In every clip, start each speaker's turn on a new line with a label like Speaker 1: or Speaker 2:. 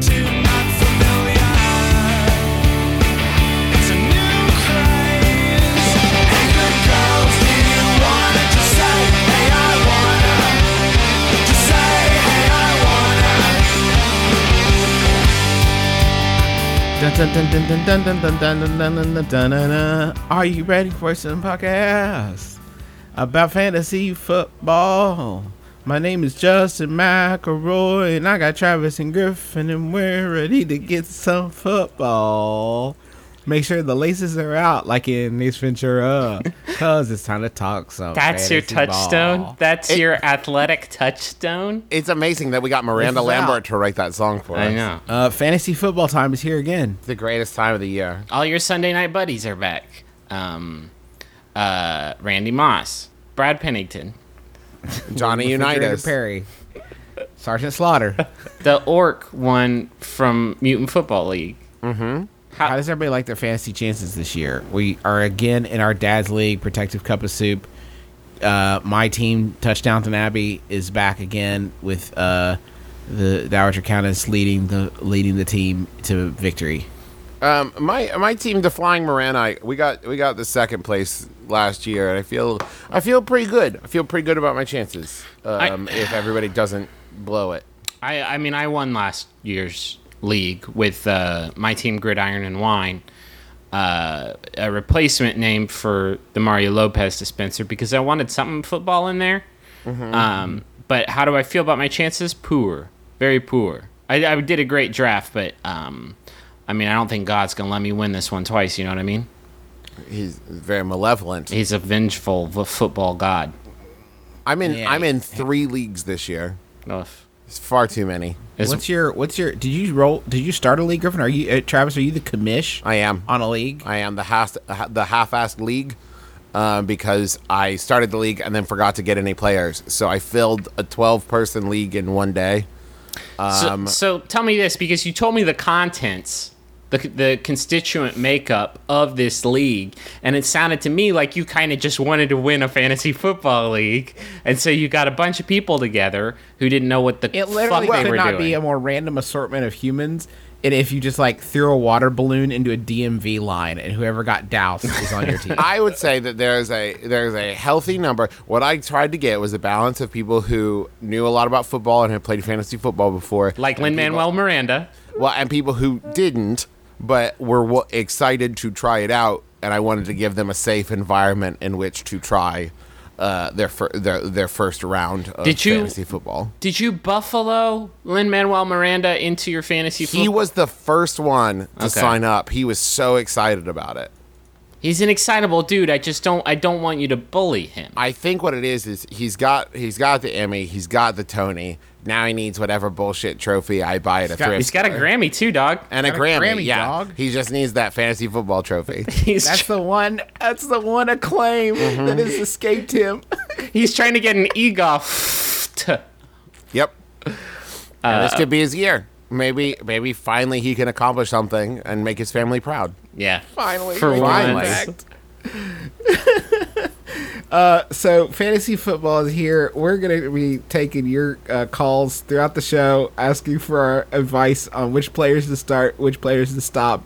Speaker 1: too not familiar. It's a new craze. Hey, good girls, do you wanna just say, hey, I wanna? Just say, hey, I wanna.
Speaker 2: Dun, dun, dun, dun, dun, dun, dun, dun, dun, dun, dun, dun, dun, dun. Are you ready for some podcast about fantasy football? My name is Justin McElroy, and I got Travis and Griffin, and we're ready to get some football. Make sure the laces are out, like in Ace Ventura, cause it's time to talk some.
Speaker 3: That's your
Speaker 2: fantasy
Speaker 3: touchstone.
Speaker 2: ball.
Speaker 3: That's
Speaker 4: It-
Speaker 3: your athletic touchstone.
Speaker 4: It's amazing that we got Miranda
Speaker 2: This is out.
Speaker 4: Lambert to write that song for us.
Speaker 3: I know.
Speaker 2: Uh, fantasy football time is here again.
Speaker 4: It's the greatest time of the year.
Speaker 3: All your Sunday night buddies are back. Um, uh, Randy Moss, Brad Pennington,
Speaker 4: Johnny Unitas.
Speaker 2: Perry, Sergeant Slaughter.
Speaker 3: the Orc one from Mutant Football League.
Speaker 2: How does everybody like their fantasy chances this year? We are again in our dad's league, protective cup of soup. Uh, my team, Touchdowns and Abbey, is back again with uh, the Dowager Countess leading the leading the team to victory.
Speaker 4: Um, my my team, the Flying Mirani, we got we got the second place last year, and I feel I feel pretty good. I feel pretty good about my chances. Um, if everybody doesn't blow it,
Speaker 3: I, I mean, I won last year's league with uh, my team, Gridiron and Wine, uh, a replacement name for the Mario Lopez dispenser because I wanted something football in there. Um, but how do I feel about my chances? Poor, very poor. I, I did a great draft, but um, I mean, I don't think God's gonna let me win this one twice. You know what I mean?
Speaker 4: he's very malevolent.
Speaker 3: He's a vengeful v- football god.
Speaker 4: I'm in
Speaker 2: Yeah.
Speaker 4: I'm in three leagues this year.
Speaker 3: Ugh.
Speaker 4: It's far too many.
Speaker 3: Is-
Speaker 2: What's your What's your Did you roll? Did you start a league, Griffin? Are you uh, Travis? Are you the commish
Speaker 4: I am.
Speaker 2: on a league?
Speaker 4: I am the half the half-assed league uh, because I started the league and then forgot to get any players, so I filled a 12-person league in one day.
Speaker 3: So,
Speaker 4: Um,
Speaker 3: so tell me this because you told me the contents, the, the constituent makeup of this league, and it sounded to me like you kind of just wanted to win a fantasy football league, and so you got a bunch of people together who didn't know what the
Speaker 2: It literally
Speaker 3: fuck they
Speaker 2: could
Speaker 3: were
Speaker 2: not
Speaker 3: doing.
Speaker 2: be a more random assortment of humans. And if you just like threw a water balloon into a DMV line, and whoever got doused is on your team.
Speaker 4: I would say that there's a there's a healthy number. What I tried to get was a balance of people who knew a lot about football and had played fantasy football before,
Speaker 3: like Lin Manuel Miranda.
Speaker 4: well, and people who didn't but were w- excited to try it out. And I wanted to give them a safe environment in which to try uh, their, fir- their their first round of
Speaker 3: Did you-
Speaker 4: fantasy football.
Speaker 3: Did you buffalo Lin Manuel Miranda into your fantasy
Speaker 4: He
Speaker 3: football?
Speaker 4: was the first one to
Speaker 3: Okay.
Speaker 4: sign up. He was so excited about it.
Speaker 3: He's an excitable dude. I just don't. I don't want you to bully him.
Speaker 4: I think what it is is he's got he's got the Emmy, he's got the Tony. Now he needs whatever bullshit trophy I buy at a
Speaker 2: got-
Speaker 4: thrift
Speaker 3: He's got a
Speaker 4: store.
Speaker 3: Grammy too, dog.
Speaker 4: and a
Speaker 2: got a
Speaker 4: Grammy.
Speaker 2: Grammy,
Speaker 4: yeah,
Speaker 2: dog.
Speaker 4: he just needs that fantasy football trophy.
Speaker 3: He's
Speaker 2: That's the one. That's the one acclaim that has escaped him.
Speaker 3: he's trying to get an EGOF.
Speaker 4: yep. And
Speaker 2: Uh,
Speaker 4: this could be his year. Maybe maybe finally he can accomplish something and make his family proud.
Speaker 3: Yeah.
Speaker 2: Finally,
Speaker 3: For
Speaker 2: we got
Speaker 4: once.
Speaker 2: it back. uh, so fantasy football is here. We're gonna be taking your uh, calls throughout the show, asking for our advice on which players to start, which players to stop,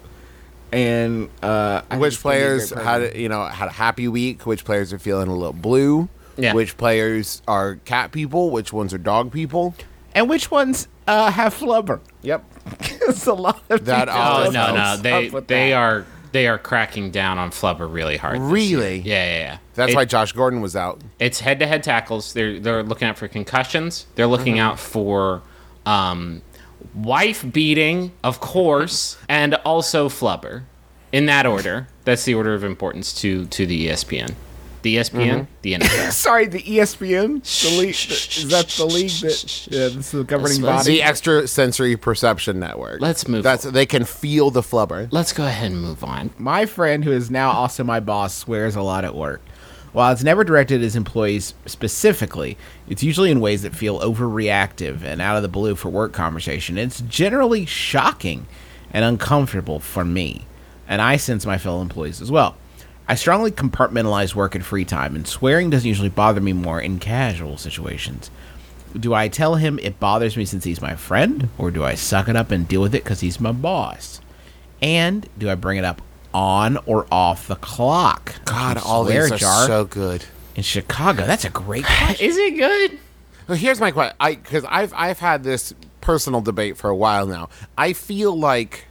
Speaker 2: and uh, I think
Speaker 4: which
Speaker 2: it's gonna be a great
Speaker 4: players
Speaker 2: program.
Speaker 4: had you know had a happy week? Which players are feeling a little blue?
Speaker 3: Yeah.
Speaker 4: Which players are cat people? Which ones are dog people?
Speaker 2: and which ones uh, have flubber.
Speaker 4: Yep.
Speaker 2: it's a lot of
Speaker 4: That
Speaker 2: people.
Speaker 4: all
Speaker 3: Oh
Speaker 4: Those
Speaker 3: no, no,
Speaker 4: folks
Speaker 3: they
Speaker 2: up with
Speaker 3: they
Speaker 2: that.
Speaker 3: are they are cracking down on Flubber really hard. this year.
Speaker 4: Really?
Speaker 3: Yeah, yeah, yeah.
Speaker 4: That's
Speaker 3: It-
Speaker 4: why Josh Gordon was out.
Speaker 3: it's head to head tackles. They're they're looking out for concussions. They're looking out for um, wife beating, of course, and also Flubber. In that order, that's the E order of importance to to the ESPN. The E ESPN, the NFL.
Speaker 2: Sorry, the E ESPN.
Speaker 4: The league,
Speaker 2: Is that the league that? Yeah, this is the governing
Speaker 3: That's
Speaker 2: body.
Speaker 4: the extrasensory perception network.
Speaker 3: Let's move
Speaker 4: That's they can feel the flubber.
Speaker 3: Let's go ahead and move on.
Speaker 2: My friend, who is now also my boss, swears a lot at work. While it's never directed at his employees specifically, it's usually in ways that feel overreactive and out of the blue for work conversation. It's generally shocking and uncomfortable for me, and I sense my fellow employees as well. I strongly compartmentalize work and free time, and swearing doesn't usually bother me more in casual situations. Do I tell him it bothers me since he's my friend, or do I suck it up and deal with it because he's my boss? And do I bring it up on or off the clock?
Speaker 4: God,
Speaker 2: From
Speaker 4: all these
Speaker 2: Swear
Speaker 4: are
Speaker 2: Jar
Speaker 4: so good.
Speaker 2: in Chicago. That's a great question.
Speaker 3: Is it good?
Speaker 4: Well, here's my question. I because I've I've had this personal debate for a while now. I feel like,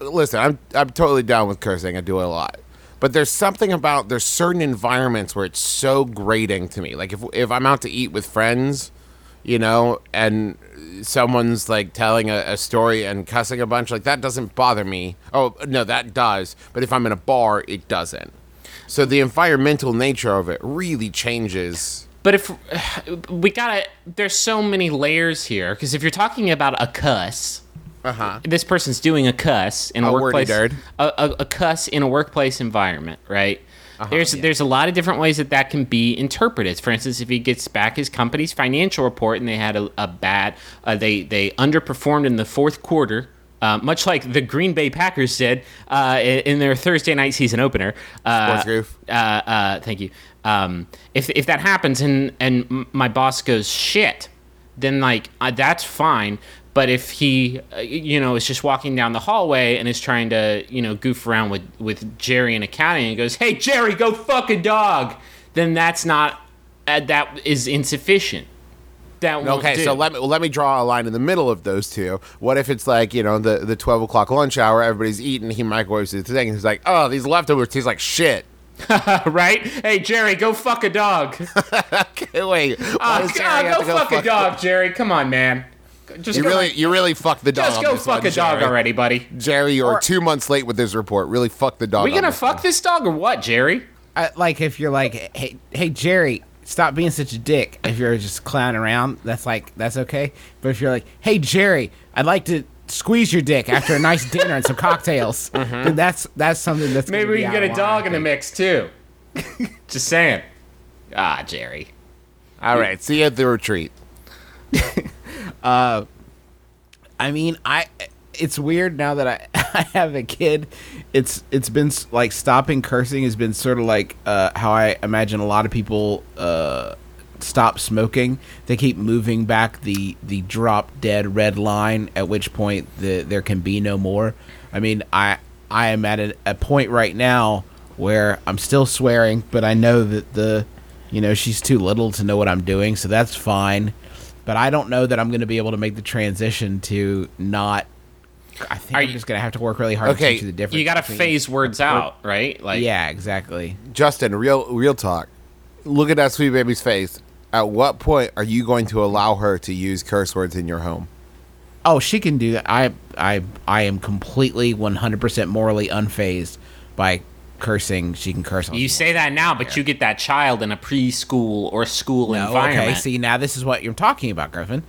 Speaker 4: listen, I'm I'm totally down with cursing. I do it a lot, but there's something about there's certain environments where it's so grating to me. Like if if I'm out to eat with friends, you know, and someone's like telling a, a story and cussing a bunch, like that doesn't bother me. Oh no, that does. But if I'm in a bar, it doesn't. So the environmental nature of it really changes.
Speaker 3: But if we gotta, there's so many layers here. Because if you're talking about a cuss,
Speaker 4: Uh huh.
Speaker 3: this person's doing a cuss in a,
Speaker 4: A wordy
Speaker 3: workplace,
Speaker 4: derd.
Speaker 3: A, a, a cuss in a workplace environment, right?
Speaker 4: Uh-huh.
Speaker 3: there's there's a lot of different ways that that can be interpreted. For instance, if he gets back his company's financial report and they had a, a bad, uh, they they underperformed in the fourth quarter. Uh, much like the Green Bay Packers did uh, in in their Thursday night season opener, uh,
Speaker 4: Sports goof.
Speaker 3: uh, uh, thank you. Um, if if that happens and and m- my boss goes shit, then like uh, that's fine. But if he, uh, you know, is just walking down the hallway and is trying to, you know, goof around with with Jerry in accounting and goes, "Hey Jerry, go fuck a dog," then that's not uh, that is insufficient. That won't
Speaker 4: Okay,
Speaker 3: do.
Speaker 4: so let me let me draw a line in the middle of those two. What if it's like you know the the twelve o'clock lunch hour, everybody's eating, he microwaves his thing, and he's like, oh, these leftovers tastes like shit.
Speaker 3: right? Hey Jerry, go fuck a dog.
Speaker 4: Okay, wait, why
Speaker 3: Ah,
Speaker 4: does Jerry have
Speaker 3: go,
Speaker 4: to
Speaker 3: fuck, a dog, Jerry. Come on, man. Just
Speaker 4: You
Speaker 3: go-
Speaker 4: really you really fucked the dog.
Speaker 3: just
Speaker 4: on
Speaker 3: go
Speaker 4: this
Speaker 3: fuck
Speaker 4: one,
Speaker 3: a dog
Speaker 4: Jerry.
Speaker 3: already, buddy.
Speaker 4: Jerry. You're two months late with this report. Really fucked the dog.
Speaker 3: we
Speaker 4: on
Speaker 3: gonna
Speaker 4: this
Speaker 3: fuck this dog or what, Jerry?
Speaker 2: Uh, like if you're like, hey, hey Jerry, stop being such a dick. If you're just clowning around, that's like that's okay. But if you're like, hey Jerry, I'd like to squeeze your dick after a nice dinner and some cocktails, then that's that's something that's
Speaker 3: Maybe
Speaker 2: gonna
Speaker 3: we
Speaker 2: be
Speaker 3: can
Speaker 2: out
Speaker 3: get a
Speaker 2: of
Speaker 3: dog
Speaker 2: line.
Speaker 3: in the mix too. Just saying. Ah, Jerry.
Speaker 4: one. All right, see you at the retreat.
Speaker 2: I mean, I it's weird now that I, I have a kid. It's it's been s- like stopping cursing has been sort of like uh, how I imagine a lot of people uh, stop smoking. They keep moving back the the drop dead red line, at which point the, there can be no more. I mean, I I am at a, a point right now where I'm still swearing, but I know that the you know she's too little to know what I'm doing, so that's fine but I don't know that I'm going to be able to make the transition to not. I think
Speaker 3: Are
Speaker 2: I'm
Speaker 3: you-
Speaker 2: just going to have to work really hard
Speaker 4: Okay,
Speaker 2: to teach you the difference.
Speaker 3: You gotta
Speaker 2: between-
Speaker 3: phase words out, right? Like
Speaker 2: Yeah, exactly.
Speaker 4: Justin, real real talk. Look at that sweet baby's face. At what point are you going to allow her to use curse words in your home?
Speaker 2: Oh, she can do that. I, I, I am completely 100% morally unfazed by cursing. She can curse. all
Speaker 3: You
Speaker 2: she
Speaker 3: say that now, but you get that child in a preschool or school
Speaker 2: wants. No,
Speaker 3: environment.
Speaker 2: okay. See, now this is what you're talking about, Griffin.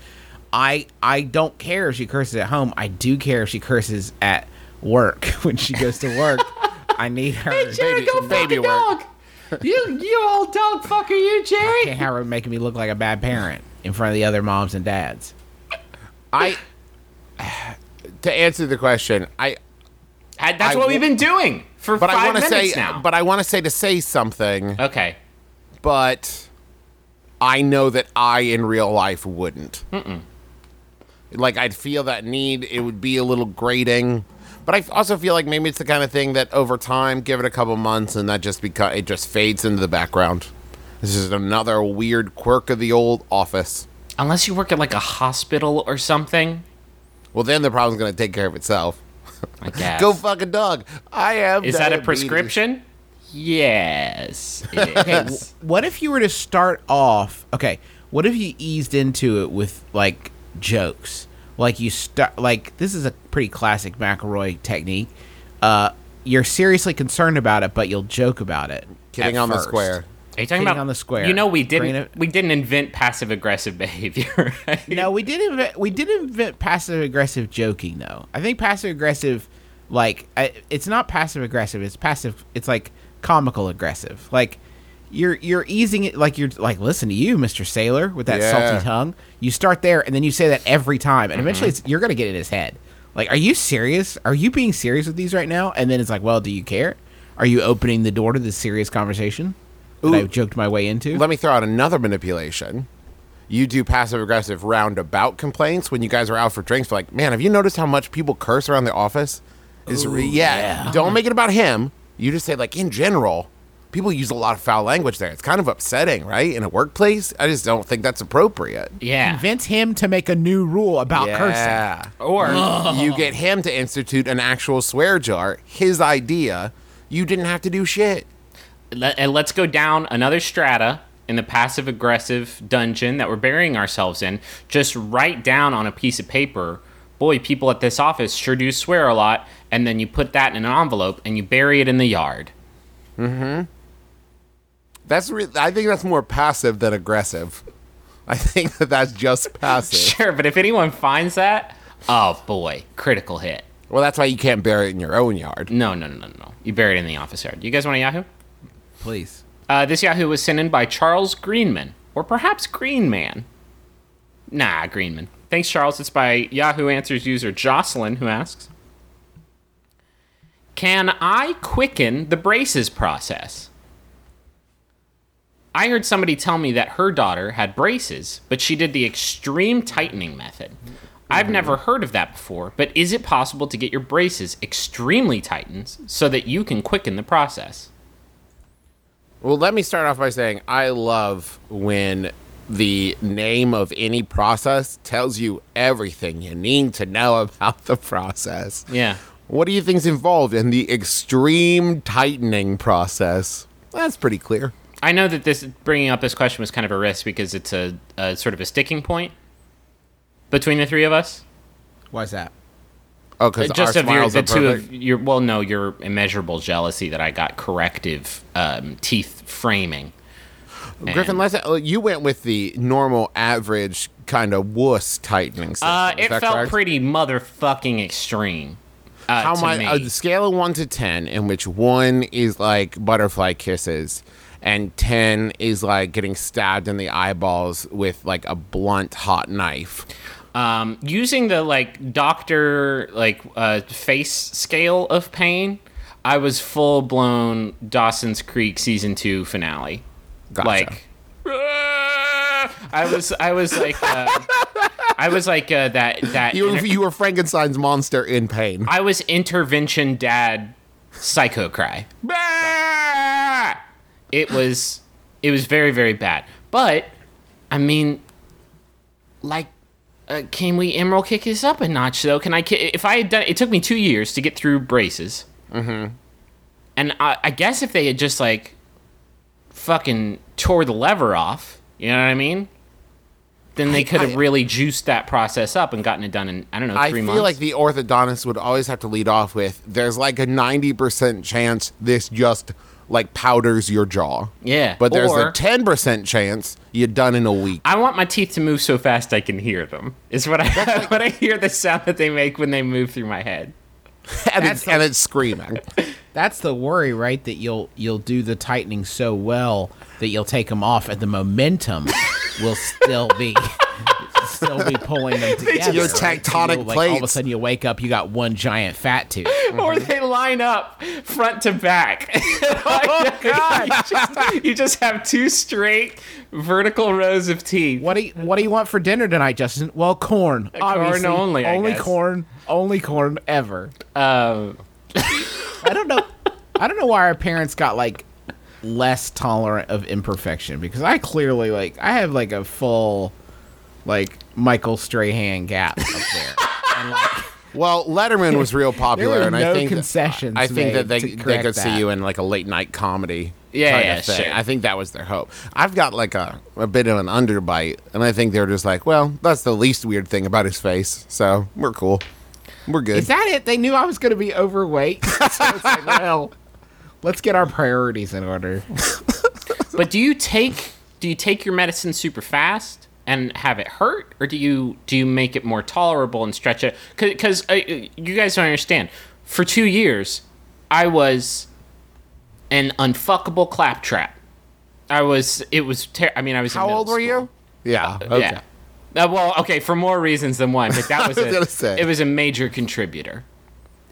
Speaker 2: I, I don't care if she curses at home. I do care if she curses at work when she goes to work. I need her.
Speaker 3: Jerry, go fuck
Speaker 4: baby
Speaker 3: a
Speaker 4: work.
Speaker 3: dog. you you old dog fucker, you Jerry.
Speaker 2: Can't have her making me look like a bad parent in front of the other moms and dads.
Speaker 4: I to answer the question, I
Speaker 3: I- That's
Speaker 4: I
Speaker 3: what
Speaker 4: w-
Speaker 3: we've been doing for
Speaker 4: but I
Speaker 3: five
Speaker 4: want to
Speaker 3: minutes
Speaker 4: say uh,
Speaker 3: now.
Speaker 4: but I want to say to say something,
Speaker 3: okay.
Speaker 4: but I know that I in real life wouldn't. Like I'd feel that need, it would be a little grating. But I also feel like maybe it's the kind of thing that over time, give it a couple months and that just beca- it just fades into the background. This is another weird quirk of the old office.
Speaker 3: Unless you work at like a hospital or something,
Speaker 4: Well, then the problem's going to take care of itself.
Speaker 3: I guess.
Speaker 4: Go fuck a dog. I have
Speaker 3: Is that a
Speaker 4: diabetes.
Speaker 3: prescription? Yes. it is.
Speaker 2: What if you were to start off? Okay, what if you eased into it with like jokes? Like you start like this is a pretty classic McElroy technique. Uh, you're seriously concerned about it, but you'll joke about it.
Speaker 4: Kidding
Speaker 2: at
Speaker 4: on
Speaker 2: first.
Speaker 4: the square.
Speaker 3: Are you
Speaker 2: Hitting
Speaker 3: talking about
Speaker 2: on the square.
Speaker 3: You know, we
Speaker 2: Bringing
Speaker 3: didn't
Speaker 2: it-
Speaker 3: we didn't invent passive aggressive behavior. Right?
Speaker 2: No, we did invent we did invent passive aggressive joking though. I think passive aggressive, like I, it's not passive aggressive. It's passive. It's like comical aggressive. Like you're you're easing it. Like you're like listen to you, Mister Sailor, with that
Speaker 4: Yeah.
Speaker 2: salty tongue. You start there, and then you say that every time, and eventually
Speaker 4: Mm-hmm.
Speaker 2: it's, you're gonna get in his head. Like, are you serious? Are you being serious with these right now? And then it's like, well, do you care? Are you opening the door to this serious conversation that I joked my way into?
Speaker 4: Let me throw out another manipulation. You do passive aggressive roundabout complaints when you guys are out for drinks. Like, man, have you noticed how much people curse around the office? Is re- yeah, Don't make it about him. You just say like in general, people use a lot of foul language there. It's kind of upsetting, right? In a workplace, I just don't think that's appropriate.
Speaker 3: Yeah.
Speaker 2: convince him to make a new rule about cursing.
Speaker 4: Or you get him to institute an actual swear jar, his idea. You didn't have to do shit.
Speaker 3: Let, and let's go down another strata in the passive aggressive dungeon that we're burying ourselves in. Just write down on a piece of paper, boy, people at this office sure do swear a lot. And then you put that in an envelope and you bury it in the yard.
Speaker 4: That's re- I think that's more passive than aggressive. I think that that's just passive.
Speaker 3: Sure, but if anyone finds that, oh boy, critical hit.
Speaker 4: well, that's why you can't bury it in your own yard.
Speaker 3: No, no, no, no, no. You bury it in the office yard. You guys want a Yahoo?
Speaker 2: Please.
Speaker 3: Uh, this Yahoo was sent in by Charles Greenman, or perhaps Greenman. Nah, Greenman. Thanks, Charles. It's by Yahoo Answers user Jocelyn, who asks Can I quicken the braces process? I heard somebody tell me that her daughter had braces, but she did the extreme tightening method. I've
Speaker 4: Mm-hmm.
Speaker 3: never heard of that before, but is it possible to get your braces extremely tightened so that you can quicken the process?
Speaker 4: Well, let me start off by saying I love when the name of any process tells you everything you need to know about the process.
Speaker 3: Yeah.
Speaker 4: What do you think's involved in the extreme tightening process? That's pretty clear.
Speaker 3: I know that this bringing up this question was kind of a risk because it's a, a sort of a sticking point between the three of us.
Speaker 2: Why's that?
Speaker 4: Oh, because our
Speaker 3: Just of your,
Speaker 4: smiles
Speaker 3: the
Speaker 4: are
Speaker 3: two
Speaker 4: perfect.
Speaker 3: of your well, no, your immeasurable jealousy that I got corrective um, teeth framing.
Speaker 4: Griffin,
Speaker 3: And-
Speaker 4: let's, uh, you went with the normal, average kind of wuss tightening system.
Speaker 3: Uh,
Speaker 4: is
Speaker 3: it
Speaker 4: that
Speaker 3: felt
Speaker 4: correct?
Speaker 3: pretty motherfucking extreme. Uh,
Speaker 4: How
Speaker 3: to
Speaker 4: much?
Speaker 3: me.
Speaker 4: Uh, the scale of one to ten, in which one is like butterfly kisses, and ten is like getting stabbed in the eyeballs with like a blunt hot knife.
Speaker 3: um, using the like doctor like uh, face scale of pain, I was full blown Dawson's Creek season two finale.
Speaker 4: Gotcha.
Speaker 3: Like, I was I was like uh, I was like uh, that that
Speaker 4: You,
Speaker 3: inter-
Speaker 4: you were Frankenstein's monster in pain.
Speaker 3: I was intervention dad psycho cry. Bah! It was it was very very bad. But I mean like uh, can we emerald kick this up a notch though? Can I ki- if I had done it took me 2 years to get through braces. Mhm.
Speaker 4: Mm-hmm.
Speaker 3: And I, I guess if they had just like fucking tore the lever off, you know what I mean? Then they could have really juiced that process up and gotten it done in I don't know 3
Speaker 4: I feel
Speaker 3: months.
Speaker 4: like the orthodontist would always have to lead off with, "There's like a ninety percent chance this just like powders your jaw."
Speaker 3: Yeah.
Speaker 4: But there's
Speaker 3: Or-
Speaker 4: a ten percent chance you're done in a week.
Speaker 3: I want my teeth to move so fast I can hear them. Is what I when I hear the sound that they make when they move through my head.
Speaker 4: and, it's, and it's screaming.
Speaker 2: That's the worry, right? That you'll you'll do the tightening so well that you'll take them off, and the momentum will still be still be pulling them together.
Speaker 4: Your
Speaker 2: right? And
Speaker 4: tectonic
Speaker 2: you'll, like, All of a
Speaker 4: plates.
Speaker 2: sudden, you wake up, you got one giant fat tooth.
Speaker 3: Or they line up front to back. oh God! You just, you just have two straight vertical rows of teeth.
Speaker 2: What do you, What do you want for dinner tonight, Justin? Well, corn. obviously.
Speaker 3: only, I
Speaker 2: only
Speaker 3: guess.
Speaker 2: corn. Only corn ever.
Speaker 3: Um,
Speaker 2: I don't know. I don't know why our parents got like less tolerant of imperfection because I clearly like I have like a full like Michael Strahan gap up there. And, like,
Speaker 4: Well, Letterman was real popular,
Speaker 2: were
Speaker 4: and I
Speaker 2: no
Speaker 4: think
Speaker 2: concessions
Speaker 4: I think that they
Speaker 2: made to
Speaker 4: they
Speaker 2: correct
Speaker 4: could see
Speaker 2: that.
Speaker 4: you in like a late night comedy.
Speaker 3: Yeah,
Speaker 4: kind
Speaker 3: yeah,
Speaker 4: of thing.
Speaker 3: sure.
Speaker 4: I think that was their hope. I've got like a, a bit of an underbite, and I think they're just like, well, that's the least weird thing about his face, so we're cool. We're good.
Speaker 2: Is that it? They knew I was going to be overweight. So it's like, well, let's get our priorities in order.
Speaker 3: But do you take do you take your medicine super fast and have it hurt, or do you do you make it more tolerable and stretch it? Because uh, you guys don't understand. For two years, I was an unfuckable claptrap. I was. It was. Ter- I mean, I was. in
Speaker 4: How
Speaker 3: middle
Speaker 4: old were
Speaker 3: school.
Speaker 4: you? Yeah.
Speaker 3: Yeah. Uh, well, okay, for more reasons than one, but that was,
Speaker 4: was
Speaker 3: a,
Speaker 4: gonna say.
Speaker 3: it was a major contributor.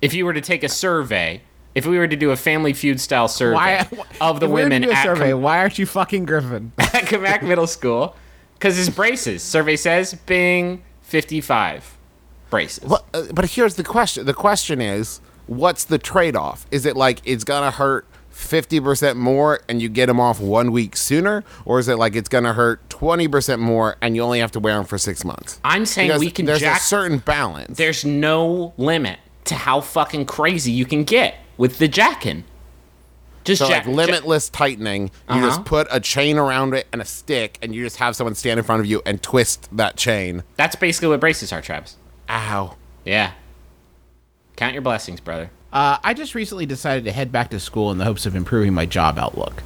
Speaker 3: If you were to take a survey, if we were to do a Family Feud style survey
Speaker 2: Why
Speaker 3: of the
Speaker 2: if we were to
Speaker 3: women
Speaker 2: do a
Speaker 3: at,
Speaker 2: survey,
Speaker 3: Com-
Speaker 2: why aren't you fucking Griffin?
Speaker 3: at Comac Middle School, because it's braces. Survey says, "Bing, fifty-five braces."
Speaker 4: But, uh, but here's the question. The question is, what's the trade-off? Is it like it's gonna hurt 50% more and you get them off one week sooner, or is it like it's gonna hurt 20% more and you only have to wear them for six months?
Speaker 3: I'm saying
Speaker 4: Because
Speaker 3: we can
Speaker 4: There's
Speaker 3: jack.
Speaker 4: a certain balance.
Speaker 3: there's no limit to how fucking crazy you can get with the jacking. Just
Speaker 4: so
Speaker 3: jack,
Speaker 4: like limitless tightening, you
Speaker 3: Uh-huh.
Speaker 4: just put a chain around it and a stick, and you just have someone stand in front of you and twist that chain.
Speaker 3: That's basically what braces are, Travis.
Speaker 4: Ow.
Speaker 3: Yeah. Count your blessings, brother.
Speaker 2: Uh, I just recently decided to head back to school in the hopes of improving my job outlook.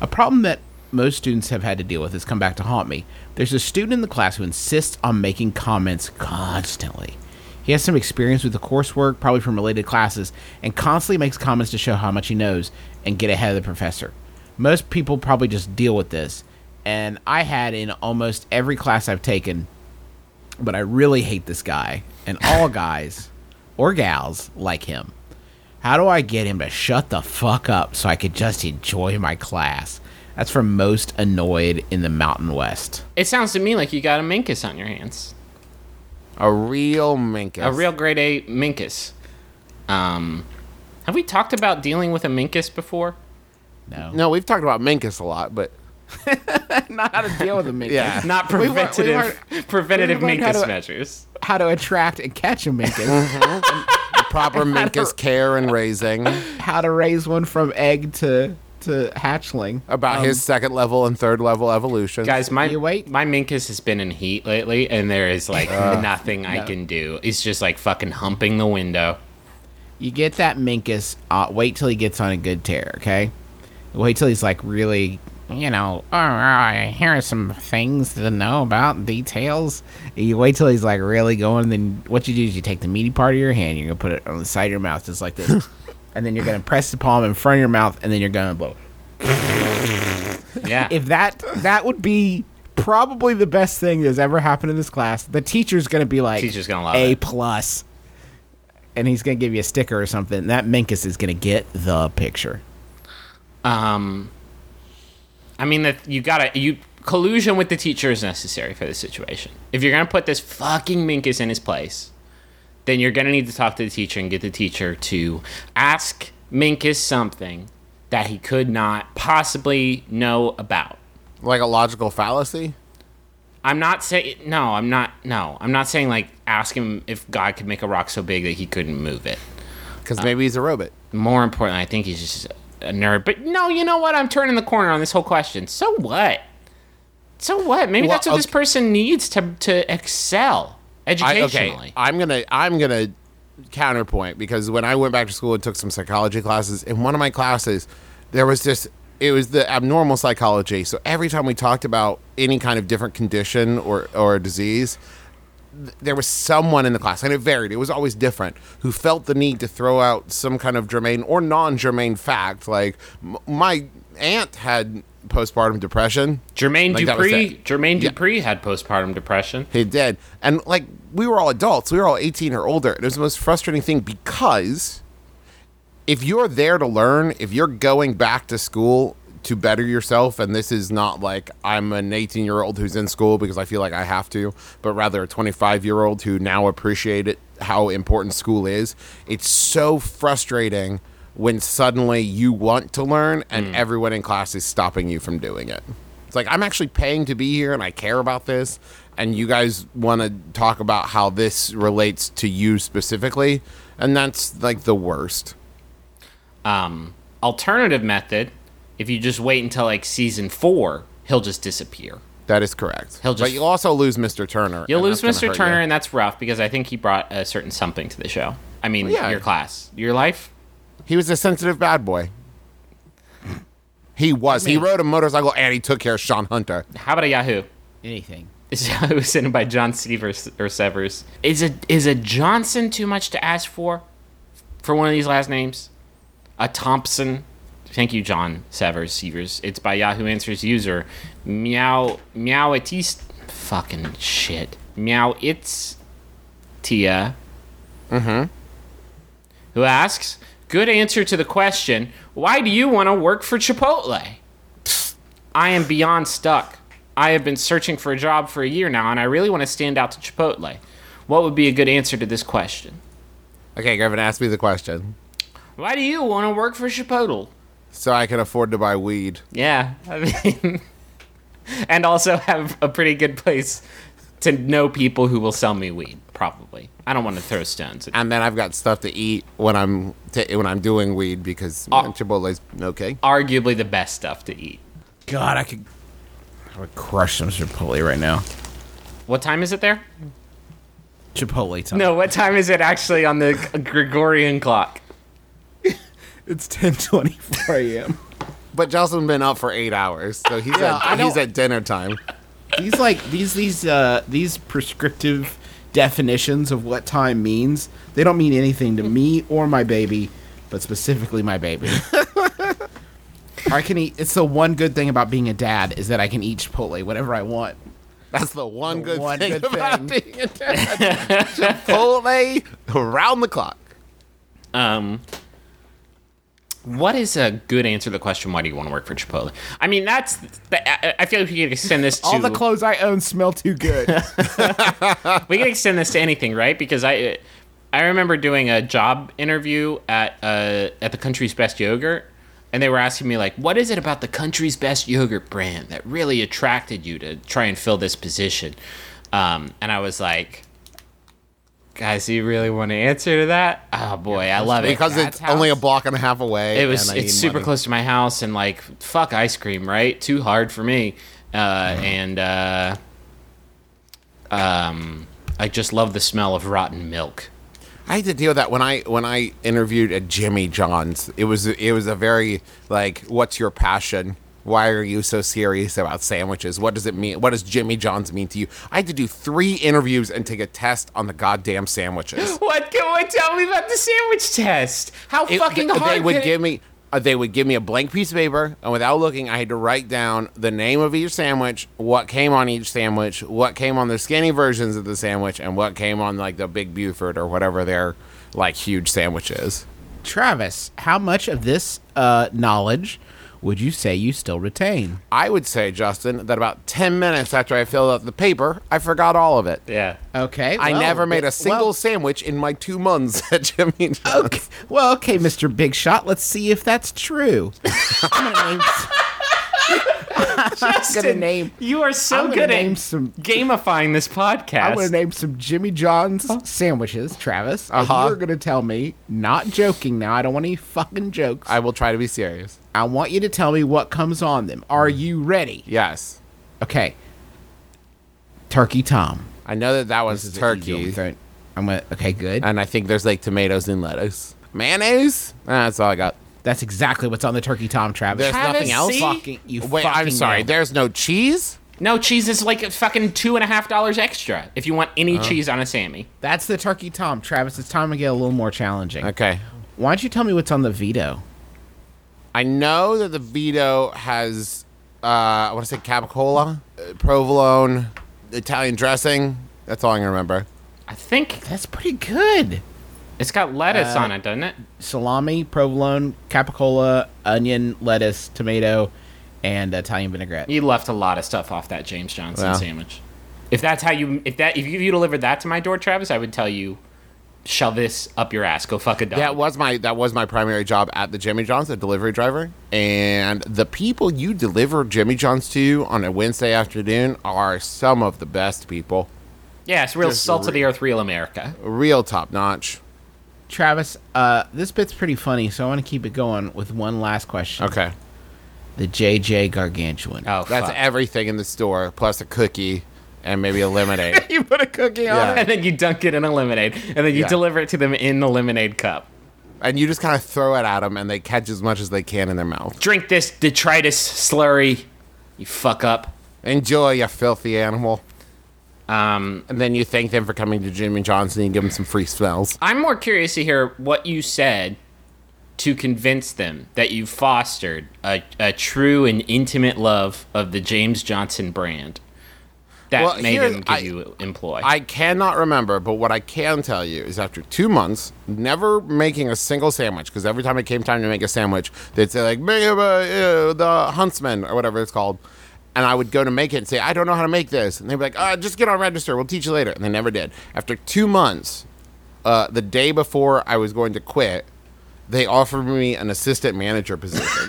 Speaker 2: A problem that most students have had to deal with has come back to haunt me. There's a student in the class who insists on making comments constantly. He has some experience with the coursework, probably from related classes, and constantly makes comments to show how much he knows and get ahead of the professor. Most people probably just deal with this, and I had in almost every class I've taken but I really hate this guy and all guys or gals like him. How do I get him to shut the fuck up so I could just enjoy my class? That's from most annoyed in the Mountain West.
Speaker 3: It sounds to me like you got a minkus on your hands.
Speaker 4: A real minkus.
Speaker 3: A real grade A minkus. Um, have we talked about dealing with a minkus before?
Speaker 2: No,
Speaker 4: No, we've talked about minkus a lot, but
Speaker 2: not how to deal with a minkus.
Speaker 4: yeah.
Speaker 3: Not
Speaker 2: We weren't- we
Speaker 3: preventative preventative
Speaker 2: we weren't how
Speaker 3: minkus
Speaker 2: to-
Speaker 3: measures.
Speaker 2: How to attract and catch a minkus?
Speaker 4: proper minkus care and raising.
Speaker 2: how to raise one from egg to to hatchling?
Speaker 4: about his second level and third level evolution.
Speaker 3: Guys, my
Speaker 2: You wait.
Speaker 3: my minkus has been in heat lately, and there is like nothing I can do. It's just like fucking humping the window.
Speaker 2: You get that minkus. Uh, wait till he gets on a good tear, okay? Wait till he's like really, you know. All right, here are some things to know about details. You wait till he's like really going. Then what you do is you take the meaty part of your hand. You're gonna put it on the side of your mouth, just like this, and then you're gonna press the palm in front of your mouth, and then you're gonna blow.
Speaker 3: Yeah.
Speaker 2: If that that would be probably the best thing that's ever happened in this class. The teacher's gonna be like,
Speaker 3: Teacher's gonna love
Speaker 2: a
Speaker 3: it.
Speaker 2: plus, and he's gonna give you a sticker or something. That minkus is gonna get the picture.
Speaker 3: Um, I mean that you gotta you collusion with the teacher is necessary for this situation. If you're gonna put this fucking minkus in his place, then you're gonna need to talk to the teacher and get the teacher to ask minkus something that he could not possibly know about.
Speaker 4: like a logical fallacy.
Speaker 3: I'm not saying no. I'm not no. I'm not saying like ask him if God could make a rock so big that he couldn't move it.
Speaker 4: Because maybe he's a robot.
Speaker 3: More importantly, I think he's just a nerd. But no, you know what? I'm turning the corner on this whole question. So what? So what? Maybe
Speaker 4: Well,
Speaker 3: that's what this
Speaker 4: okay.
Speaker 3: person needs to to excel
Speaker 4: I,
Speaker 3: educationally.
Speaker 4: okay, I'm gonna I'm gonna counterpoint because when I went back to school and took some psychology classes, in one of my classes, there was just it was the abnormal psychology. So every time we talked about any kind of different condition or or disease, there was someone in the class, and it varied. It was always different. Who felt the need to throw out some kind of germane or non-germane fact, like m- my aunt had postpartum depression.
Speaker 3: Jermaine
Speaker 4: Like, that was
Speaker 3: Dupree.
Speaker 4: it.
Speaker 3: Jermaine Dupree had postpartum depression.
Speaker 4: He did. And like we were all adults, we were all 18 or older. It was the most frustrating thing because if you're there to learn, if you're going back to school to better yourself, and this is not like I'm an 18 year old who's in school because I feel like I have to, but rather a 25 year old who now appreciate it, how important school is, it's so frustrating when suddenly you want to learn and everyone in class is stopping you from doing it. It's like I'm actually paying to be here and I care about this. And you guys want to talk about how this relates to you specifically. And that's like the worst.
Speaker 3: Um, alternative method. If you just wait until like season four, he'll just disappear.
Speaker 4: That is correct.
Speaker 3: He'll
Speaker 4: but
Speaker 3: just-
Speaker 4: you'll also lose Mr. Turner.
Speaker 3: You'll
Speaker 4: and
Speaker 3: lose
Speaker 4: that's gonna
Speaker 3: Mr.
Speaker 4: hurt you.
Speaker 3: Turner, and that's rough because I think he brought a certain something to the show. I mean,
Speaker 4: Well, yeah.
Speaker 3: your class, your life.
Speaker 4: He was a sensitive bad boy. He was. he rode a motorcycle and he took care of Sean Hunter.
Speaker 3: How about a Yahoo?
Speaker 2: Anything.
Speaker 3: This Yahoo is sent in by John Severs or Severs. Is a is a Johnson too much to ask for, for one of these last names? A Thompson. Thank you, John Severs Severs. It's by Yahoo Answers user meow meow itis fucking shit meow it's Tia. Who asks? Good answer to the question. Why do you want to work for Chipotle? I am beyond stuck. I have been searching for a job for a year now, and I really want to stand out to Chipotle. What would be a good answer to this question?
Speaker 4: Okay, Griffin, ask me the question.
Speaker 3: Why do you want to work for Chipotle?
Speaker 4: So I can afford to buy weed.
Speaker 3: Yeah, I mean, and also have a pretty good place to know people who will sell me weed. Probably. I don't want to throw stones. At
Speaker 4: And then I've got stuff to eat when I'm ta when I'm doing weed because man, Chipotle's okay.
Speaker 3: arguably the best stuff to eat.
Speaker 2: God, I could. I would crush some Chipotle right now.
Speaker 3: What time is it there?
Speaker 2: Chipotle time.
Speaker 3: No, what time is it actually on the Gregorian clock?
Speaker 2: it's ten twenty-four a.m.
Speaker 4: But Jocelyn's been up for eight hours, so he's at, he's at dinner time.
Speaker 2: these like these these uh these prescriptive definitions of what time means they don't mean anything to me or my baby but specifically my baby i can eat it's the one good thing about being a dad is that i can eat chipotle whenever i want
Speaker 4: That's the one good
Speaker 2: one
Speaker 4: thing
Speaker 2: good
Speaker 4: about being a dad. Chipotle around the clock.
Speaker 3: Um, what is a good answer to the question? Why do you want to work for Chipotle? I mean, that's. The, I, I feel like we could extend this to.
Speaker 2: all the clothes i own smell too good
Speaker 3: we could extend this to anything, right? Because I, I remember doing a job interview at uh, at the country's best yogurt, and they were asking me like, "What is it about the country's best yogurt brand that really attracted you to try and fill this position?" Um, and I was like. Guys, you really want to answer to that? Oh boy, I love it
Speaker 4: Because it's
Speaker 3: That's how-
Speaker 4: only a block and a half away.
Speaker 3: it was
Speaker 4: and I
Speaker 3: it's
Speaker 4: need
Speaker 3: super
Speaker 4: money.
Speaker 3: close to my house and like fuck ice cream right too hard for me uh,
Speaker 4: Mm-hmm.
Speaker 3: and uh, um, i just love the smell of rotten milk
Speaker 4: I had to deal with that when I when I interviewed at Jimmy John's. It was it was a very like, what's your passion? Why are you so serious about sandwiches? What does it mean? What does Jimmy John's mean to you? I had to do three interviews and take a test on the goddamn sandwiches.
Speaker 3: what can what tell me about the sandwich test how
Speaker 4: It-
Speaker 3: fucking
Speaker 4: th-
Speaker 3: hard
Speaker 4: They would
Speaker 3: can it-
Speaker 4: give me. Uh, they would give me a blank piece of paper, and without looking, I had to write down the name of each sandwich, what came on each sandwich, what came on the skinny versions of the sandwich, and what came on like the Big Buford or whatever their like huge sandwich is.
Speaker 2: travis how much of this uh knowledge would you say you still retain
Speaker 4: I would say, Justin, that about 10 minutes after I filled out the paper, I forgot all of it.
Speaker 3: yeah
Speaker 2: okay
Speaker 4: I
Speaker 2: well,
Speaker 4: never
Speaker 2: Oh,
Speaker 4: made a
Speaker 2: well-
Speaker 4: single sandwich in my two months at Jimmy John's.
Speaker 2: Okay. Well, okay, Mr. Big Shot. Let's see if that's true. I'm gonna name. I'm gonna name.
Speaker 3: you are so
Speaker 2: I'm gonna
Speaker 3: good
Speaker 2: name
Speaker 3: at
Speaker 2: some-
Speaker 3: gamifying this
Speaker 2: I'm gonna
Speaker 3: podcast
Speaker 2: name some Jimmy John's sandwiches, Travis. and
Speaker 4: Uh-huh.
Speaker 2: You're gonna tell me, not joking now. I don't want any fucking jokes. I,
Speaker 4: I will try to be serious.
Speaker 2: want you to tell me what comes on them. Are you ready?
Speaker 4: Yes.
Speaker 2: Okay. Turkey Tom.
Speaker 4: I know that that one's
Speaker 2: This is the easy
Speaker 4: turkey, Uh,
Speaker 2: one. I'm gonna. Okay, good.
Speaker 4: and I think there's like tomatoes and lettuce. Mayonnaise? Ah, That's all I got.
Speaker 2: That's exactly what's on the Turkey Tom, Travis.
Speaker 4: There's nothing else?
Speaker 3: see?
Speaker 2: Fucking, you
Speaker 4: Wait, I'm
Speaker 2: fucking
Speaker 4: sorry.
Speaker 2: nailed it.
Speaker 4: There's no cheese?
Speaker 3: no cheese is like a fucking two and a half dollars extra if you want any
Speaker 4: Uh-huh.
Speaker 3: cheese on a sammy
Speaker 2: That's the Turkey Tom, Travis. It's time to get a little more challenging.
Speaker 4: Okay.
Speaker 2: Why don't you tell me what's on the veto?
Speaker 4: I know that the Vito has, uh, I want to say capicola, uh, provolone, Italian dressing. That's all I can remember.
Speaker 3: i think
Speaker 2: That's pretty good.
Speaker 3: it's got lettuce
Speaker 4: Uh,
Speaker 3: on it doesn't it
Speaker 2: Salami, provolone, capicola, onion, lettuce, tomato, and Italian vinaigrette.
Speaker 3: You left a lot of stuff off that James Johnson
Speaker 4: Wow.
Speaker 3: sandwich. If that's how you, if that, if you delivered that to my door, Travis, I would tell you, shove this up your ass. Go fuck a dog.
Speaker 4: That was my that was my primary job at the Jimmy John's, a delivery driver. And the people you deliver Jimmy John's to on a Wednesday afternoon are some of the best people.
Speaker 3: yeah, it's real
Speaker 4: Just
Speaker 3: salt of
Speaker 4: re-
Speaker 3: the earth, real Oh, America.
Speaker 4: Real top notch.
Speaker 2: Travis, uh, this bit's pretty funny, so I want to keep it going with one last question.
Speaker 4: Okay.
Speaker 2: The JJ Gargantuan.
Speaker 3: Oh,
Speaker 4: That's
Speaker 3: fuck.
Speaker 4: everything in the store, plus a cookie and maybe a lemonade.
Speaker 3: you put a cookie
Speaker 4: Yeah.
Speaker 3: on and then you dunk it in a lemonade and then you
Speaker 4: Yeah.
Speaker 3: deliver it to them in the lemonade cup.
Speaker 4: and you just kind of throw it at them, and they catch as much as they can in their mouth.
Speaker 3: Drink this detritus slurry. You fuck up.
Speaker 4: Enjoy, you filthy animal.
Speaker 3: Um,
Speaker 4: And then you thank them for coming to Jimmy Johnson and give them some free smells.
Speaker 3: I'm more curious to hear what you said to convince them that you fostered a, a true and intimate love of the James Johnson brand that
Speaker 4: Well,
Speaker 3: made
Speaker 4: here-
Speaker 3: them give
Speaker 4: I-
Speaker 3: you employ.
Speaker 4: I cannot remember, but what I can tell you is after two months, never making a single sandwich, because every time it came time to make a sandwich, they'd say, like, make it, uh, uh, the huntsman, or whatever it's called. And I would go to make it and say, I don't know how to make this. And they'd be like, uh, just get on register. We'll teach you later. And they never did. After two months, uh, the day before I was going to quit, they offered me an assistant manager position.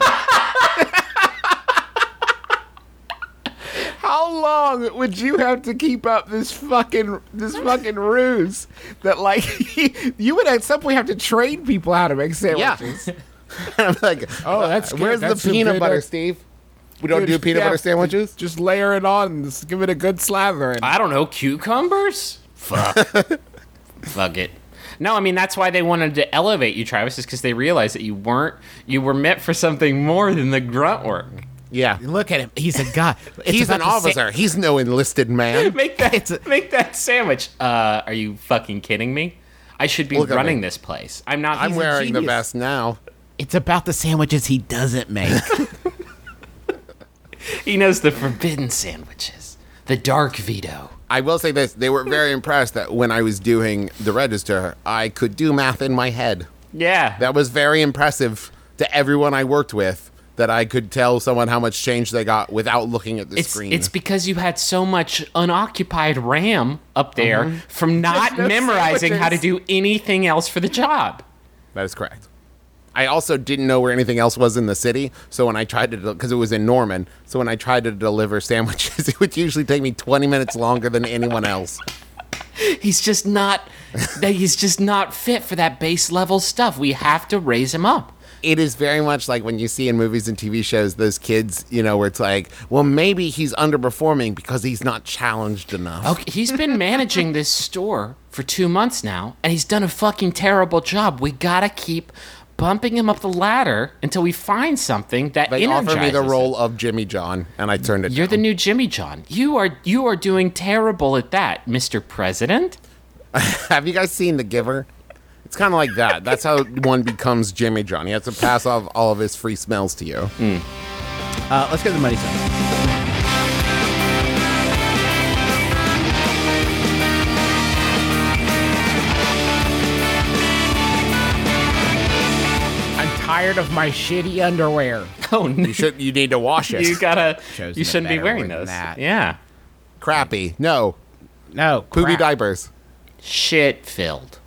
Speaker 4: How long would you have to keep up this fucking this fucking ruse that like you would at some point have to train people how to make sandwiches? Yeah. I'm like,
Speaker 5: Oh, that's good.
Speaker 4: where's
Speaker 5: That's
Speaker 4: the
Speaker 5: some
Speaker 4: peanut
Speaker 5: good-
Speaker 4: butter, Steve? We don't do peanut
Speaker 5: Yeah,
Speaker 4: butter sandwiches.
Speaker 5: Just layer it on. Just give it a good slather. And
Speaker 3: I don't know, cucumbers? Fuck. Fuck it. No, I mean that's why they wanted to elevate you, Travis, is because they realized that you weren't you were meant for something more than the grunt work.
Speaker 4: Yeah,
Speaker 2: Look at him. He's a guy.
Speaker 4: he's an officer. he's no enlisted man.
Speaker 3: Make that make that sandwich. Uh, are you fucking kidding me? I should be
Speaker 4: Look at
Speaker 3: running
Speaker 4: me.
Speaker 3: this place. I'm not.
Speaker 4: I'm
Speaker 3: He's a
Speaker 4: wearing the
Speaker 3: genius.
Speaker 4: vest now.
Speaker 2: it's about the sandwiches he doesn't make.
Speaker 3: He knows the forbidden sandwiches. The dark veto.
Speaker 4: I will say this: they were very impressed that when I was doing the register, I could do math in my head.
Speaker 3: Yeah.
Speaker 4: That was very impressive to everyone I worked with that I could tell someone how much change they got without looking at the
Speaker 3: it's,
Speaker 4: screen.
Speaker 3: it's because you had so much unoccupied RAM up there from not memorizing how to do anything else for the job.
Speaker 4: that is correct. I also didn't know where anything else was in the city, so when I tried to because it was in Norman, so when I tried to deliver sandwiches, it would usually take me 20 minutes longer than anyone else.
Speaker 3: He's just not. that he's just not fit for that base level stuff. We have to raise him up.
Speaker 4: It is very much like when you see in movies and TV shows those kids, you know, where it's like, well, maybe he's underperforming because he's not challenged enough.
Speaker 3: Okay, he's been managing this store for two months now, and he's done a fucking terrible job. We gotta keep bumping him up the ladder until we find something that
Speaker 4: They
Speaker 3: energizes.
Speaker 4: offered me the
Speaker 3: him.
Speaker 4: role of Jimmy John, and I turned it
Speaker 3: You're
Speaker 2: Oh.
Speaker 3: the
Speaker 4: down.
Speaker 3: new Jimmy John. You are you are doing terrible at that, Mr. President.
Speaker 4: Have you guys seen The Giver? It's kind of like that. That's how one becomes Jimmy John. He has to pass off all of his free smells to you.
Speaker 3: Hmm.
Speaker 2: Uh, let's go to the money side.
Speaker 5: I'm tired of my shitty underwear.
Speaker 3: Oh, no.
Speaker 4: You should. You need to wash it.
Speaker 3: you gotta.
Speaker 2: Chosen
Speaker 3: You
Speaker 2: a
Speaker 3: shouldn't be
Speaker 2: better
Speaker 3: wearing
Speaker 2: word than
Speaker 3: those.
Speaker 2: that.
Speaker 3: Yeah,
Speaker 4: Crappy. No,
Speaker 2: No.
Speaker 4: poopy
Speaker 2: crap.
Speaker 4: diapers.
Speaker 3: shit filled.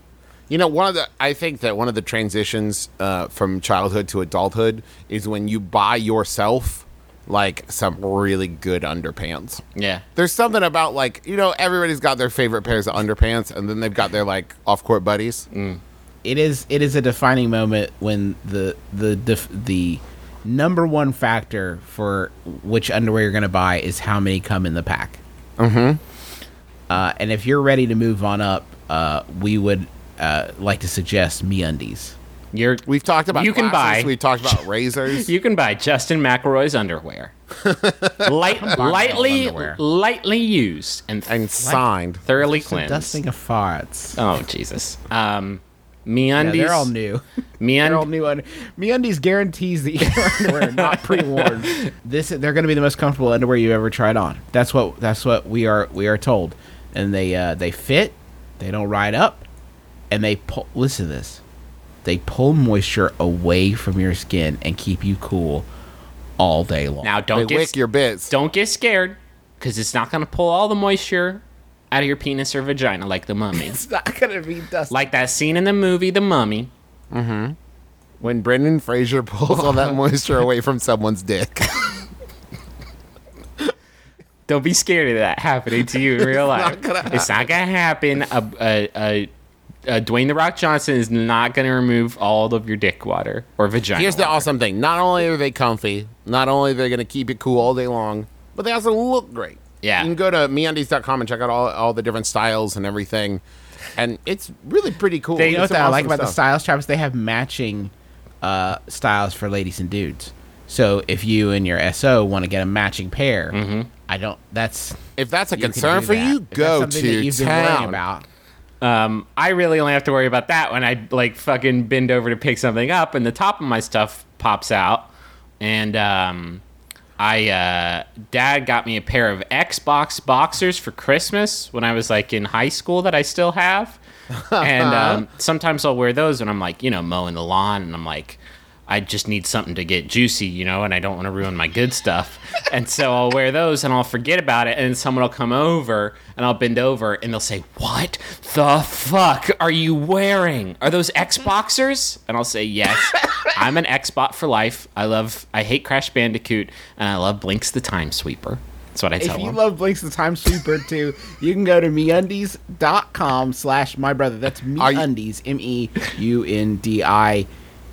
Speaker 4: You know, one of the. I think that one of the transitions uh, from childhood to adulthood is when you buy yourself like some really good underpants.
Speaker 3: Yeah.
Speaker 4: There's something about like you know everybody's got their favorite pairs of underpants, and then they've got their like off-court buddies.
Speaker 3: Mm.
Speaker 2: it is it is a defining moment when the the def- the number one factor for which underwear you're going to buy is how many come in the pack. Mm-hmm. Uh, and if you're ready to move on up, uh, we would uh, like to suggest MeUndies.
Speaker 3: You're.
Speaker 4: We've talked about
Speaker 3: You can
Speaker 4: glasses,
Speaker 3: buy-
Speaker 4: We've talked about razors.
Speaker 3: You can buy Justin McElroy's underwear, light, lightly,
Speaker 2: underwear.
Speaker 3: lightly used and
Speaker 4: and signed.
Speaker 3: thoroughly
Speaker 2: Some
Speaker 3: cleansed.
Speaker 2: dusting of farts.
Speaker 3: Oh Jesus. Um, MeUndies.
Speaker 2: Yeah, they're all new.
Speaker 3: MeUnd-
Speaker 2: They're all new. Under- MeUndies guarantees that your underwear are not pre-worn. This they're going to be the most comfortable underwear you've ever tried on. That's what that's what we are we are told, and they uh, they fit, they don't ride up, and they pull. Listen to this, they pull moisture away from your skin and keep you cool all day long.
Speaker 3: now
Speaker 4: They
Speaker 3: don't get
Speaker 4: wick your bits.
Speaker 3: don't get scared because it's not gonna pull all the moisture out of your penis or vagina like the mummy,
Speaker 2: it's not going to be dusty.
Speaker 3: like that scene in the movie The Mummy.
Speaker 4: When Brendan Fraser pulls all that moisture away from someone's dick.
Speaker 3: Don't be scared of that happening to you in real life. it's not gonna happen. A, a, a, uh, Dwayne the Rock Johnson is not going to remove all of your dick water or vagina.
Speaker 4: Here's the
Speaker 3: water.
Speaker 4: awesome thing: not only are they comfy, not only they're gonna keep you cool all day long, but they also look great.
Speaker 3: Yeah.
Speaker 4: you can go to meundies.com and check out all, all the different styles and everything, and it's really pretty cool.
Speaker 3: They-
Speaker 2: You know
Speaker 4: There's
Speaker 2: what
Speaker 4: some
Speaker 2: I like
Speaker 4: awesome
Speaker 2: about the
Speaker 4: stuff.
Speaker 2: styles, Travis? They have matching uh, styles for ladies and dudes. So if you and your SO want to get a matching pair,
Speaker 4: Mm-hmm.
Speaker 2: I don't. That's
Speaker 4: If that's a
Speaker 2: you can
Speaker 4: concern
Speaker 2: do
Speaker 4: for
Speaker 2: that.
Speaker 4: you,
Speaker 2: If that's
Speaker 4: go
Speaker 2: something
Speaker 4: to
Speaker 2: that you've been worrying
Speaker 4: town.
Speaker 2: about.
Speaker 3: Um, I really only have to worry about that when I like fucking bend over to pick something up and the top of my stuff pops out. And um, I uh, dad got me a pair of Xbox boxers for Christmas when I was like in high school that I still have. and um, sometimes I'll wear those when I'm like you know mowing the lawn and I'm like. I just need something to get juicy, you know, and I don't want to ruin my good stuff. and so I'll wear those and I'll forget about it. And then someone will come over and I'll bend over and they'll say, What the fuck are you wearing? Are those Xboxers? And I'll say, Yes, I'm an Xbox for life. I love, I hate Crash Bandicoot and I love Blinks the Time Sweeper. That's what I tell
Speaker 2: If you
Speaker 3: them.
Speaker 2: love Blinks the Time Sweeper too, you can go to meundies.com slash my brother. That's
Speaker 4: you-
Speaker 2: meundies, M E U N D I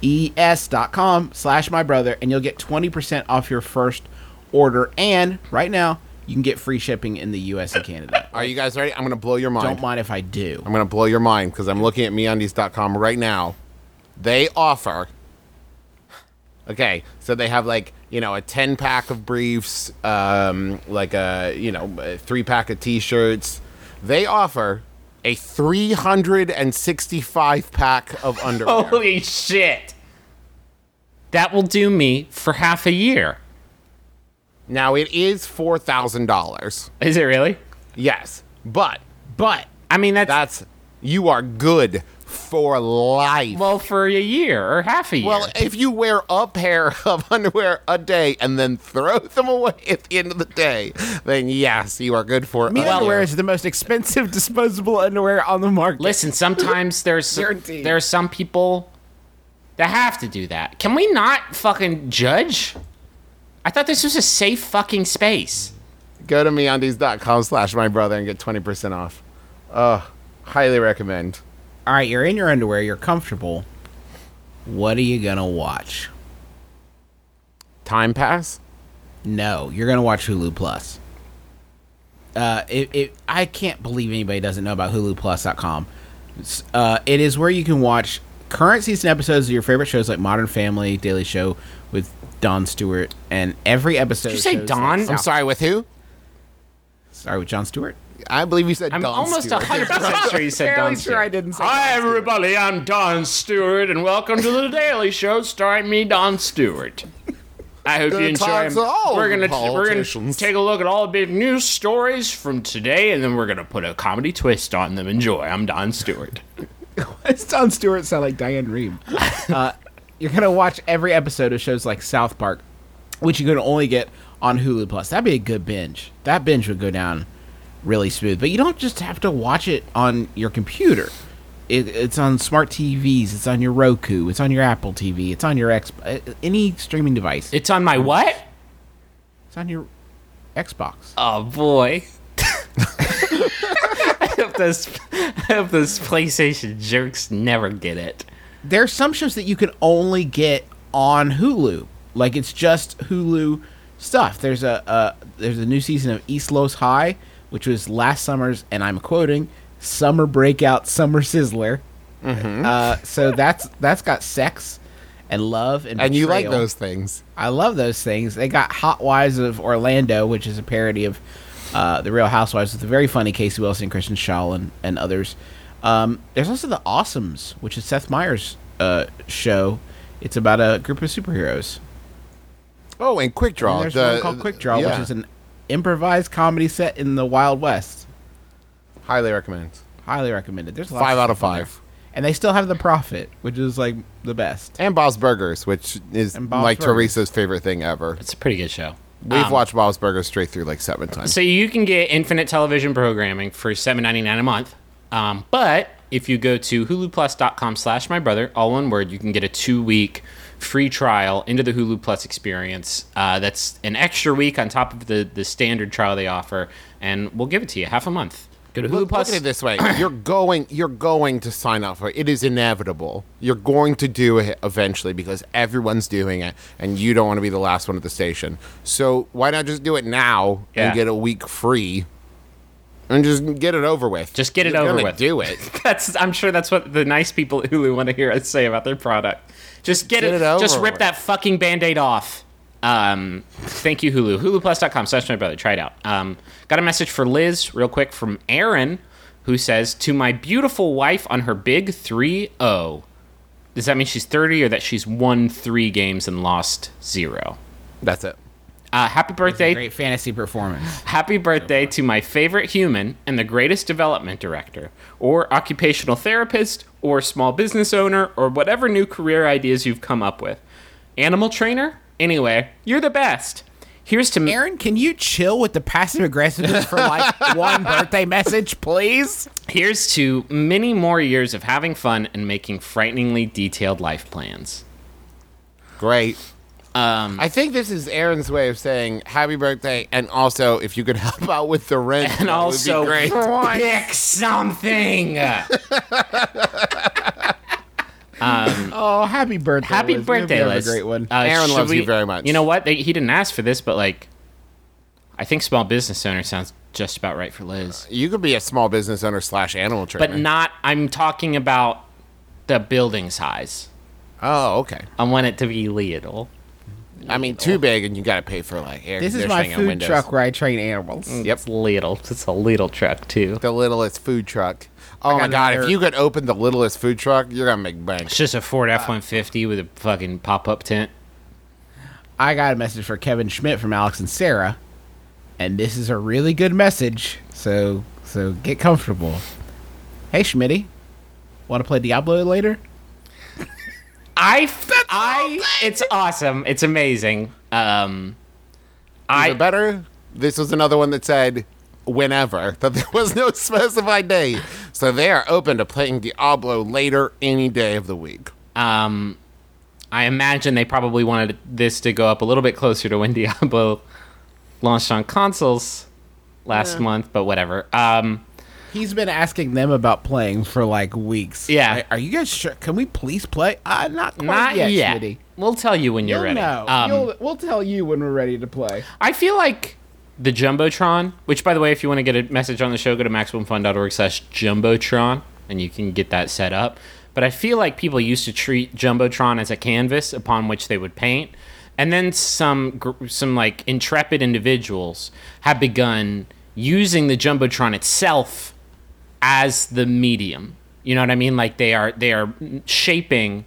Speaker 2: E S dot com slash my brother, and you'll get 20% off your first order. And right now, you can get free shipping in the US and Canada.
Speaker 4: Are you guys ready? I'm gonna blow your mind.
Speaker 2: Don't mind if I do.
Speaker 4: I'm gonna blow your mind because I'm looking at meundies.com right now. They offer. Okay, so they have like you know a ten pack of briefs, um, like a you know a three pack of t-shirts. They offer a 365 pack of underwear.
Speaker 3: Holy shit. That will do me for half a year.
Speaker 4: Now it is four thousand dollars.
Speaker 3: Is it really?
Speaker 4: Yes, but
Speaker 2: But
Speaker 3: I mean, that's,
Speaker 4: that's you are good for life.
Speaker 3: well for a year or half a year.
Speaker 4: Well, if you wear a pair of underwear a day and then throw them away at the end of the day, then yes, you are good for.
Speaker 2: Me
Speaker 4: a
Speaker 2: underwear
Speaker 4: year.
Speaker 2: is the most expensive disposable underwear on the market.
Speaker 3: Listen, sometimes there's
Speaker 2: Guaranteed.
Speaker 3: there are some people that have to do that. Can we not fucking judge? I thought this was a safe fucking space.
Speaker 4: Go to meundies.com slash my brother and get twenty percent off. Uh, highly recommend.
Speaker 2: All right, you're in your underwear, you're comfortable. What are you going to watch?
Speaker 4: Time pass.
Speaker 2: No, you're gonna watch Hulu Plus. Uh, it, it, I can't believe anybody doesn't know about HuluPlus.com. It's, Uh, it is where you can watch current season episodes of your favorite shows like Modern Family, Daily Show with Don Stewart, and every episode.
Speaker 3: Did you say
Speaker 2: shows
Speaker 3: Don?
Speaker 2: like
Speaker 3: I'm
Speaker 4: I'm
Speaker 2: South-
Speaker 4: sorry, with who?
Speaker 2: Sorry, with John Stewart.
Speaker 4: I believe you said.
Speaker 3: I'm
Speaker 4: Don
Speaker 3: almost
Speaker 4: Stewart.
Speaker 3: 100% sure you said Don Stewart.
Speaker 2: I didn't say
Speaker 3: Hi, everybody. I'm Don Stewart, and welcome to The Daily Show starring me, Don Stewart. I hope you
Speaker 4: Good
Speaker 3: enjoy.
Speaker 4: times to all
Speaker 3: We're gonna we're gonna
Speaker 4: politicians.
Speaker 3: take a look at all the big news stories from today, and then we're gonna put a comedy twist on them. Enjoy. I'm Don Stewart.
Speaker 2: It's Don Stewart sound like Diane Rehm. uh, you're gonna watch every episode of shows like South Park, which you can only get on Hulu Plus. That'd be a good binge. That binge would go down really smooth. But you don't just have to watch it on your computer. It, it's on smart TVs. It's on your Roku. It's on your Apple TV. It's on your X. uh, Any streaming device.
Speaker 3: It's on my what?
Speaker 2: It's on your Xbox.
Speaker 3: Oh boy. I hope those I hope those PlayStation jerks never get it.
Speaker 2: there are some shows that you can only get on Hulu. Like it's just Hulu stuff. There's a uh, there's a new season of East Los High, which was last summer's, and I'm quoting, summer breakout, summer sizzler.
Speaker 4: Mm-hmm.
Speaker 2: Uh, so that's that's got sex and love and
Speaker 4: And you like
Speaker 2: betrayal.
Speaker 4: those things?
Speaker 2: I love those things. They got Hot Wives of Orlando, which is a parody of uh, the Real Housewives with a very funny Casey Wilson, Kristen Schaal, and, and others. Um, there's also the Awesomes, which is Seth Meyers' uh, show. It's about a group of superheroes.
Speaker 4: Oh, and Quick Draw.
Speaker 2: And there's
Speaker 4: the-
Speaker 2: one called Quick Draw,
Speaker 4: yeah.
Speaker 2: which is an improvised comedy set in the Wild West.
Speaker 4: highly recommend.
Speaker 2: Highly recommended. There's lots
Speaker 4: Five out of
Speaker 2: stuff on there.
Speaker 4: five.
Speaker 2: and they still have the Prophet, which is like the best.
Speaker 4: And Bob's Burgers, which is
Speaker 2: And Bob's
Speaker 4: like
Speaker 2: Burgers.
Speaker 4: Teresa's favorite thing ever.
Speaker 3: It's a pretty good show.
Speaker 4: We've
Speaker 3: Um,
Speaker 4: watched Bob's Burgers straight through like seven times.
Speaker 3: So you can get infinite television programming for seven ninety nine a month. Um, but if you go to huluplus.com slash my brother, all one word, you can get a two week free trial into the Hulu Plus experience. Uh, that's an extra week on top of the, the standard trial they offer, and we'll give it to you half a month. Go to Hulu
Speaker 4: Look,
Speaker 3: Plus.
Speaker 4: look at it this way: you're going, you're going to sign up for it. It is inevitable. You're going to do it eventually because everyone's doing it, and you don't want to be the last one at the station. So why not just do it now
Speaker 3: Yeah.
Speaker 4: and get a week free, and just get it over with?
Speaker 3: Just get it
Speaker 4: You're
Speaker 3: over
Speaker 4: gonna
Speaker 3: with.
Speaker 4: Do it.
Speaker 3: That's I'm sure that's what the nice people at Hulu want to hear us say about their product. Just get,
Speaker 4: Get
Speaker 3: it,
Speaker 4: it over
Speaker 3: just rip
Speaker 4: with.
Speaker 3: that fucking band-aid off. Um, thank you, Hulu. HuluPlus.com slash my brother. Try it out. Um, got a message for Liz real quick from Aaron, who says, To my beautiful wife on her big three oh. Does that mean she's 30 or that she's won three games and lost zero?
Speaker 4: That's it.
Speaker 3: Uh, happy birthday
Speaker 2: Great fantasy performance.
Speaker 3: Happy birthday to my favorite human and the greatest development director, or occupational therapist, or small business owner, or whatever new career ideas you've come up with. Animal trainer? Anyway, you're the best. Here's to
Speaker 2: Aaron, can you chill with the passive aggressiveness for like one birthday message, please?
Speaker 3: here's to many more years of having fun and making frighteningly detailed life plans.
Speaker 4: Great. Um, I think this is Aaron's way of saying happy birthday, and also if you could help out with the rent,
Speaker 3: And
Speaker 4: that would be
Speaker 3: also,
Speaker 4: great.
Speaker 3: pick something.
Speaker 2: Oh, happy birthday!
Speaker 3: Happy
Speaker 2: Liz. We hope you
Speaker 3: birthday,
Speaker 2: have a
Speaker 3: Liz.
Speaker 2: great one.
Speaker 3: Uh,
Speaker 4: Aaron
Speaker 3: should
Speaker 4: loves you very much.
Speaker 3: You know what? They, he didn't ask for this, but like, I think small business owner sounds just about right for
Speaker 2: Uh,
Speaker 3: Liz.
Speaker 4: you could be a small business owner slash animal trainer.
Speaker 3: But not. I'm talking about the building size.
Speaker 4: Oh, okay.
Speaker 3: I want it to be little.
Speaker 4: I mean, too big, and you got to pay for like air
Speaker 2: this is
Speaker 4: conditioning
Speaker 2: my
Speaker 4: and
Speaker 2: food
Speaker 4: windows.
Speaker 2: truck where I train animals.
Speaker 4: Yep.
Speaker 3: It's little. It's a little truck too.
Speaker 4: The littlest food truck. Oh my god! If you could open the littlest food truck, you're gonna make bank.
Speaker 3: It's just a Ford F-150 with a fucking pop-up tent.
Speaker 2: I got a message for Kevin Schmidt from Alex and Sarah, and this is a really good message. So so get comfortable. Hey Schmitty, want to play Diablo later?
Speaker 3: I, I, it's awesome. It's amazing. Um,
Speaker 4: I
Speaker 3: I,
Speaker 4: better. This was another one that said whenever that there was no specified day, so they are open to playing Diablo later any day of the week.
Speaker 3: um, I imagine they probably wanted this to go up a little bit closer to when Diablo launched on consoles last month, but whatever. Um,
Speaker 2: He's been asking them about playing for like weeks.
Speaker 3: Yeah.
Speaker 2: Are- Are you guys sure? Can we please play? Uh, not quite
Speaker 3: not
Speaker 2: yet,
Speaker 3: yet.
Speaker 2: Schmitty.
Speaker 3: We'll tell you when you're
Speaker 2: You'll
Speaker 3: ready.
Speaker 2: know.
Speaker 3: Um,
Speaker 2: You'll- we'll tell you when we're ready to play.
Speaker 3: I feel like the Jumbotron, which by the way, if you want to get a message on the show, go to maximumfun.org slash Jumbotron and you can get that set up. But I feel like people used to treat Jumbotron as a canvas upon which they would paint. And then some, gr- some like intrepid individuals have begun using the Jumbotron itself as the medium. You know what I mean? Like they are, they are shaping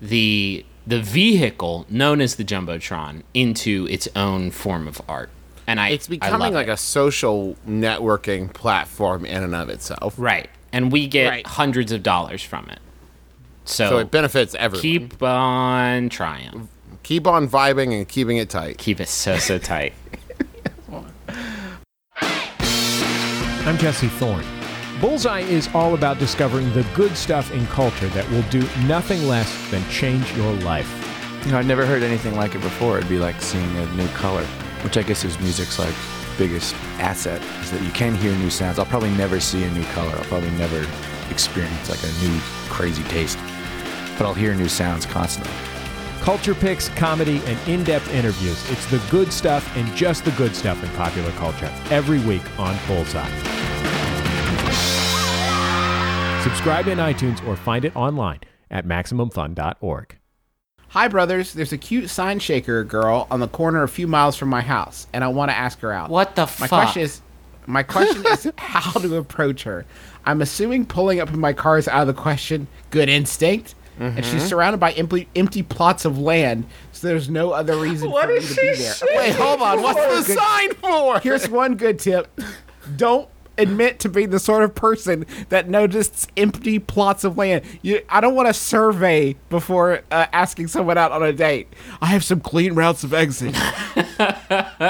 Speaker 3: the the vehicle known as the jumbotron into its own form of art and i
Speaker 4: It's becoming like a social networking platform in and of itself.
Speaker 3: right and we get
Speaker 2: Right.
Speaker 3: hundreds of dollars from it so,
Speaker 4: So it benefits everyone. Keep
Speaker 3: keep on trying
Speaker 4: keep on vibing and keeping it tight.
Speaker 3: keep it so so tight
Speaker 6: I'm Jesse Thorne. Bullseye is all about discovering the good stuff in culture that will do nothing less than change your life.
Speaker 7: You know, I'd never heard anything like it before. It'd be like seeing a new color, which I guess is music's like biggest asset is that you can hear new sounds. I'll probably never see a new color. I'll probably never experience like a new crazy taste, but I'll hear new sounds constantly.
Speaker 6: Culture picks, comedy, and in depth interviews. It's the good stuff and just the good stuff in popular culture every week on Bullseye. Subscribe in iTunes or find it online at MaximumFun.org.
Speaker 2: Hi, brothers. There's a cute sign shaker girl on the corner a few miles from my house, and I want to ask her out.
Speaker 3: What the
Speaker 2: my
Speaker 3: fuck?
Speaker 2: question is, my question is how to approach her. I'm assuming pulling up in my car is out of the question. Good instinct. And
Speaker 3: Mm-hmm.
Speaker 2: she's surrounded by empty, empty plots of land, so there's no other reason for me to be there.
Speaker 4: Wait, hold on. What's the sign for?
Speaker 2: Here's one good tip: don't admit to being the sort of person that noticed empty plots of land. You, I don't want to survey before uh, asking someone out on a date. I have some clean routes of exit.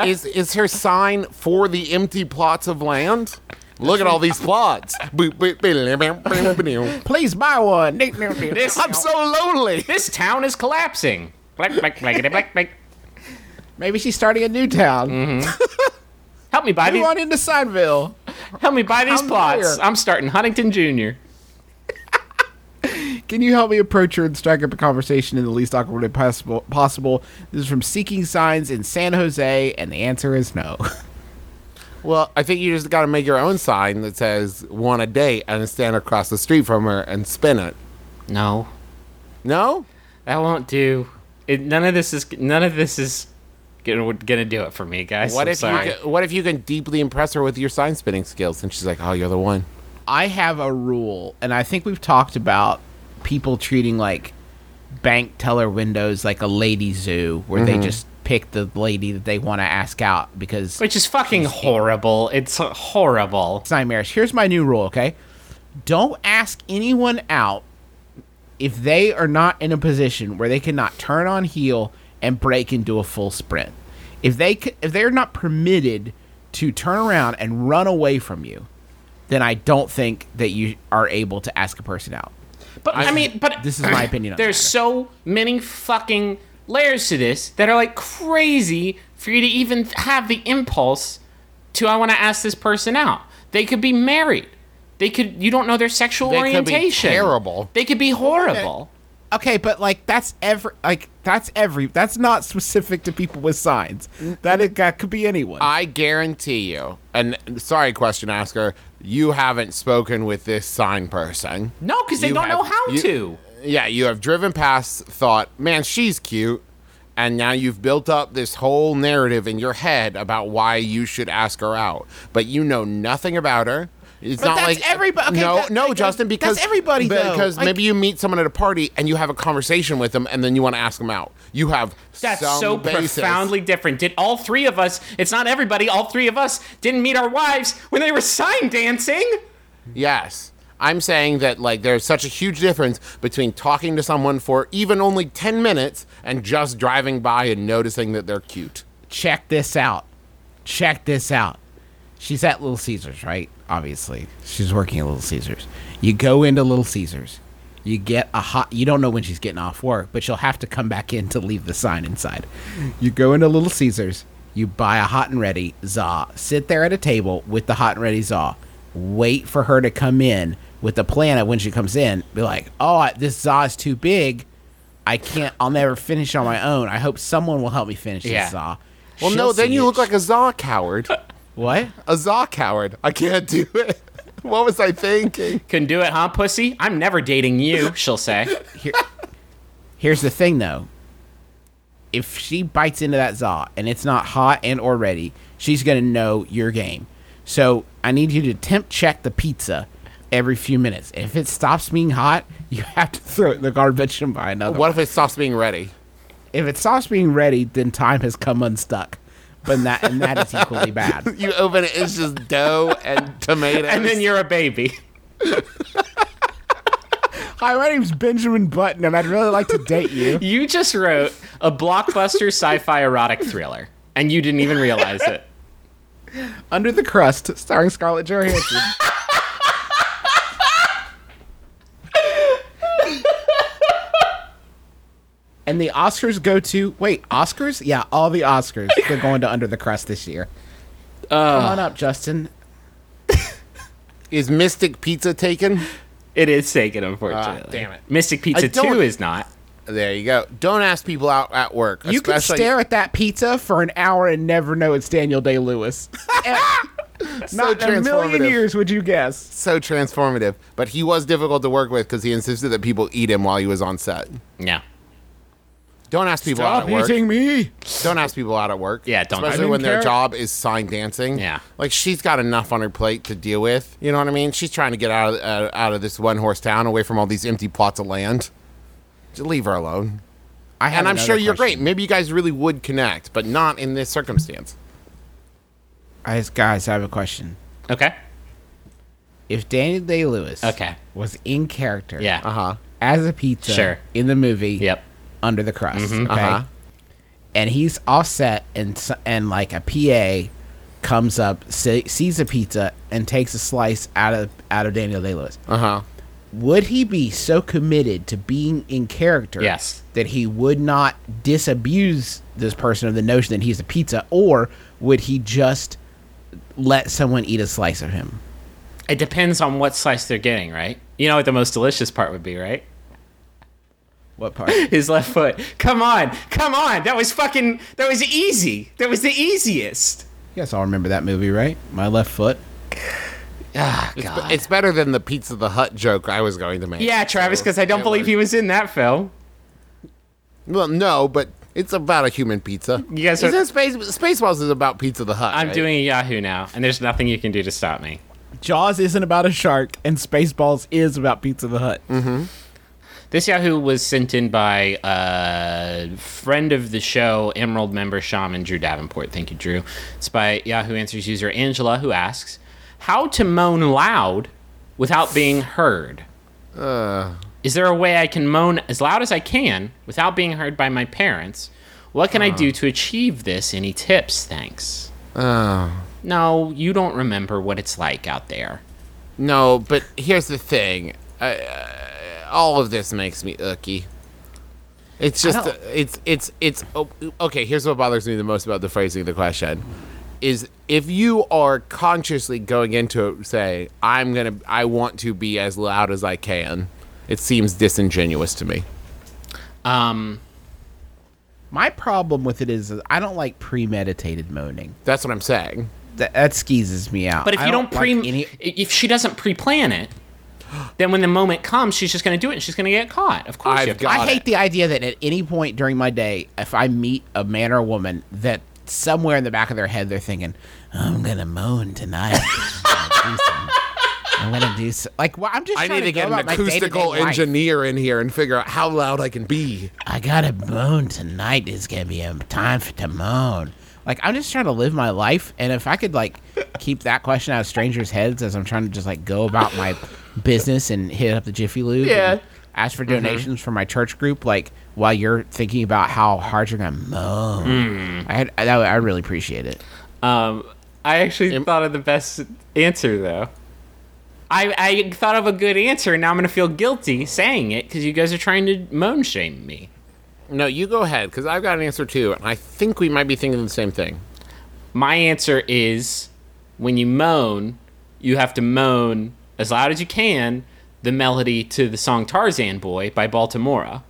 Speaker 4: is is her sign for the empty plots of land? Look at all these plots. Boop, boop, boop, boop, boop, boop.
Speaker 2: Please buy one. Nick, nick, nick.
Speaker 3: this
Speaker 4: I'm so lonely.
Speaker 3: this town is collapsing Black, black, black, black, black.
Speaker 2: Maybe she's starting a new town.
Speaker 3: help me buy
Speaker 2: Move
Speaker 3: these
Speaker 2: on into Seinville.
Speaker 3: Help me buy these plots. I'm starting Huntington Jr.
Speaker 2: Can you help me approach her and strike up a conversation in the least awkward way possible? Possible. This is from Seeking Signs in San Jose, and the answer is no.
Speaker 4: Well, I think you just got to make your own sign that says "Want a date" and stand across the street from her and spin it.
Speaker 3: No,
Speaker 4: No,
Speaker 3: that won't do. It, none of this is none of this is gonna, gonna do it for me, guys.
Speaker 4: what
Speaker 3: I'm
Speaker 4: if
Speaker 3: sorry.
Speaker 4: you can, what if you can deeply impress her with your sign spinning skills? And she's like, "Oh, you're the one."
Speaker 2: I have a rule, and I think we've talked about people treating like bank teller windows like a lady zoo, where they just pick the lady that they want to ask out because
Speaker 3: Which is fucking horrible. It's horrible.
Speaker 2: it's nightmarish. Here's my new rule, okay? Don't ask anyone out if they are not in a position where they cannot turn on heel and break into a full sprint. If they c- if they're not permitted to turn around and run away from you, then I don't think that you are able to ask a person out.
Speaker 3: But I, mean, but
Speaker 2: This is my opinion on
Speaker 3: There's
Speaker 2: that.
Speaker 3: so many fucking layers to this that are like crazy for you to even have the impulse to I want to ask this person out. They could be married. They could. You don't know their sexual
Speaker 4: They could be
Speaker 3: orientation.
Speaker 4: terrible.
Speaker 3: They could be horrible.
Speaker 2: Okay, but like that's every like that's every that's not specific to people with signs. That it that could be anyone.
Speaker 4: I guarantee you. And sorry, question asker, you haven't spoken with this sign person.
Speaker 3: No, because they
Speaker 4: You
Speaker 3: don't
Speaker 4: have-
Speaker 3: know how
Speaker 4: you-
Speaker 3: to.
Speaker 4: Yeah, you have driven past, thought, man, she's cute. And now you've built up this whole narrative in your head about why you should ask her out, but you know nothing about her. It's not
Speaker 2: that's
Speaker 4: like
Speaker 2: everybo- okay,
Speaker 4: no,
Speaker 2: that-
Speaker 4: no,
Speaker 2: like,
Speaker 4: Justin.
Speaker 2: that's
Speaker 4: Because
Speaker 2: everybody, though.
Speaker 4: Because
Speaker 2: Like-
Speaker 4: maybe you meet someone at a party and you have a conversation with them, and then you want to ask them out. You have
Speaker 3: That's
Speaker 4: some
Speaker 3: so
Speaker 4: basis.
Speaker 3: profoundly different. Did all three of us? It's not everybody. All three of us didn't meet our wives when they were sign dancing.
Speaker 4: Yes. I'm saying that like there's such a huge difference between talking to someone for even only 10 minutes and just driving by and noticing that they're cute.
Speaker 2: Check this out. Check this out. She's at Little Caesars, right? Obviously, she's working at Little Caesars. You go into Little Caesars. You get a hot. You don't know when she's getting off work, but she'll have to come back in to leave the sign inside. You go into Little Caesars. You buy a hot and ready za. Sit there at a table with the hot and ready za. Wait for her to come in with the plan of when she comes in. Be like, oh, I- this za is too big. I can't. I'll never finish on my own. I hope someone will help me finish
Speaker 3: Yeah.
Speaker 2: this za.
Speaker 4: Well, no,
Speaker 2: She'll
Speaker 4: then
Speaker 2: see
Speaker 4: you
Speaker 2: it.
Speaker 4: look like a Zaw coward.
Speaker 2: What?
Speaker 4: a Zaw coward. I can't do it. what was I thinking?
Speaker 3: Couldn't do it, huh, pussy? I'm never dating you. She'll say.
Speaker 2: Here's the thing, though. If she bites into that za and it's not hot and or ready, she's gonna know your game. So I need you to temp check the pizza every few minutes. If it stops being hot, you have to throw it in the garbage and buy another.
Speaker 4: What if it stops being ready?
Speaker 2: If it stops being ready, then time has come unstuck. But that and that is equally bad.
Speaker 4: You open it, it's just dough and tomatoes.
Speaker 3: and then you're a baby.
Speaker 2: Hi, my name's Benjamin Button, and I'd really like to date you.
Speaker 3: You just wrote a blockbuster sci-fi erotic thriller, and you didn't even realize it.
Speaker 2: Under the Crust, starring Scarlett Johansson. and the Oscars go to wait, Oscars? Yeah, all the Oscars. They're going to Under the Crust this year. Come on up, Justin.
Speaker 4: Is Mystic Pizza taken?
Speaker 3: It is taken, unfortunately.
Speaker 4: Ah, damn it.
Speaker 3: Mystic Pizza
Speaker 4: I don't-
Speaker 3: Two is not.
Speaker 4: There you go. Don't ask people out at work.
Speaker 2: You could
Speaker 4: especially-
Speaker 2: stare at that pizza for an hour and never know it's Daniel Day Lewis. Not in a million
Speaker 4: transformative.
Speaker 2: years would you guess.
Speaker 4: so transformative, but he was difficult to work with because he insisted that people eat him while he was on set.
Speaker 3: Yeah.
Speaker 4: Don't ask people out at work.
Speaker 2: me.
Speaker 4: Don't ask people out at work.
Speaker 3: Yeah, don't. I
Speaker 4: Especially
Speaker 3: didn't
Speaker 4: when their
Speaker 2: care.
Speaker 4: job is sign dancing.
Speaker 3: Yeah.
Speaker 4: like she's got enough on her plate to deal with. You know what I mean? She's trying to get out of uh, out of this one horse town, away from all these empty plots of land. Just leave her alone.
Speaker 2: I have
Speaker 4: And I'm
Speaker 2: another
Speaker 4: sure you're
Speaker 2: question.
Speaker 4: great. Maybe you guys really would connect, but not in this circumstance.
Speaker 2: I, guys, I have a question.
Speaker 3: Okay.
Speaker 2: If Daniel Day Lewis
Speaker 3: Okay.
Speaker 2: was in character
Speaker 3: Yeah.
Speaker 4: Uh huh.
Speaker 2: as a pizza
Speaker 3: Sure.
Speaker 2: in the movie
Speaker 3: Yep. Mm-hmm.
Speaker 2: under the crust okay
Speaker 4: uh-huh.
Speaker 2: and he's offset and s- and like a pa comes up se- sees a pizza and takes a slice out of out of daniel day lewis
Speaker 3: Uh-huh.
Speaker 4: Uh huh.
Speaker 2: would he be so committed to being in character
Speaker 3: Yes.
Speaker 2: that he would not disabuse this person of the notion that he's a pizza or would he just let someone eat a slice of him.
Speaker 3: It depends on what slice they're getting, right? You know what the most delicious part would be, right?
Speaker 2: What part?
Speaker 3: His left foot. Come on, come on. That was fucking. That was easy. That was the easiest.
Speaker 2: yes, I'll remember that movie, right? My left foot.
Speaker 3: Ah, God.
Speaker 4: It's better than the Pizza the Hut joke I was going to make.
Speaker 3: yeah, Travis,
Speaker 4: so
Speaker 3: because I don't
Speaker 4: it
Speaker 3: believe
Speaker 4: worked.
Speaker 3: he Oh, was in that film.
Speaker 4: Well, no, but it's about a human pizza.
Speaker 3: You guys
Speaker 4: Isn't
Speaker 3: are-
Speaker 4: Space Spaceballs is about Pizza the Hut.
Speaker 3: I'm
Speaker 4: right?
Speaker 3: doing a Yahoo now, and there's nothing you can do to stop me.
Speaker 2: Jaws isn't about a shark, and Spaceballs is about Pizza the Hut.
Speaker 3: This Yahoo was sent in by a friend of the show, Emerald member Shaman Drew Davenport. Thank you, Drew. It's by Yahoo Answers user Angela, who asks, "How to moan loud without being heard? Is there a way I can moan as loud as I can without being heard by my parents? What can I do to achieve this? Any tips? Thanks."
Speaker 4: Oh.
Speaker 3: No, you don't remember what it's like out there.
Speaker 4: No, but here's the thing. I, uh, all of this makes me icky. It's just uh, it's it's it's oh, okay. Here's what bothers me the most about the phrasing of the question is if you are consciously going into it saying I'm gonna I want to be as loud as I can. It seems disingenuous to me.
Speaker 3: Um,
Speaker 2: My problem with it is I don't like premeditated moaning.
Speaker 4: That's what I'm saying.
Speaker 2: That, that skeezes me out.
Speaker 3: But if
Speaker 2: I
Speaker 3: you don't, pre,
Speaker 2: like any-
Speaker 3: if she doesn't pre-plan it, then when the moment comes, she's just going to do it, and she's going to get caught. Of course,
Speaker 4: I've
Speaker 3: you have to-
Speaker 4: got
Speaker 2: I hate the idea that at any point during my day, if I meet a man or a woman, that somewhere in the back of their head they're thinking, "I'm gonna moan tonight. I'm gonna do so. like." Well, I'm just.
Speaker 4: I
Speaker 2: trying
Speaker 4: need to
Speaker 2: go
Speaker 4: get an
Speaker 2: about my day-to-day
Speaker 4: acoustical
Speaker 2: life.
Speaker 4: engineer in here and figure out how loud I can be.
Speaker 2: I gotta moan tonight. It's gonna be a time for to moan. Like I'm just trying to live my life, and if I could like keep that question out of strangers' heads as I'm trying to just like go about my business and hit up the Jiffy Lube,
Speaker 3: Yeah.
Speaker 2: and ask for donations for my church group, like while you're thinking about how hard you're gonna moan, I had, I, I really appreciate it.
Speaker 3: um, I actually thought of the best answer though. I, I thought of a good answer, and now I'm going to feel guilty saying it because you guys are trying to moan shame me.
Speaker 4: No, you go ahead because I've got an answer too, and I think we might be thinking the same thing.
Speaker 3: My answer is, when you moan, you have to moan as loud as you can the melody to the song Tarzan Boy by Baltimora.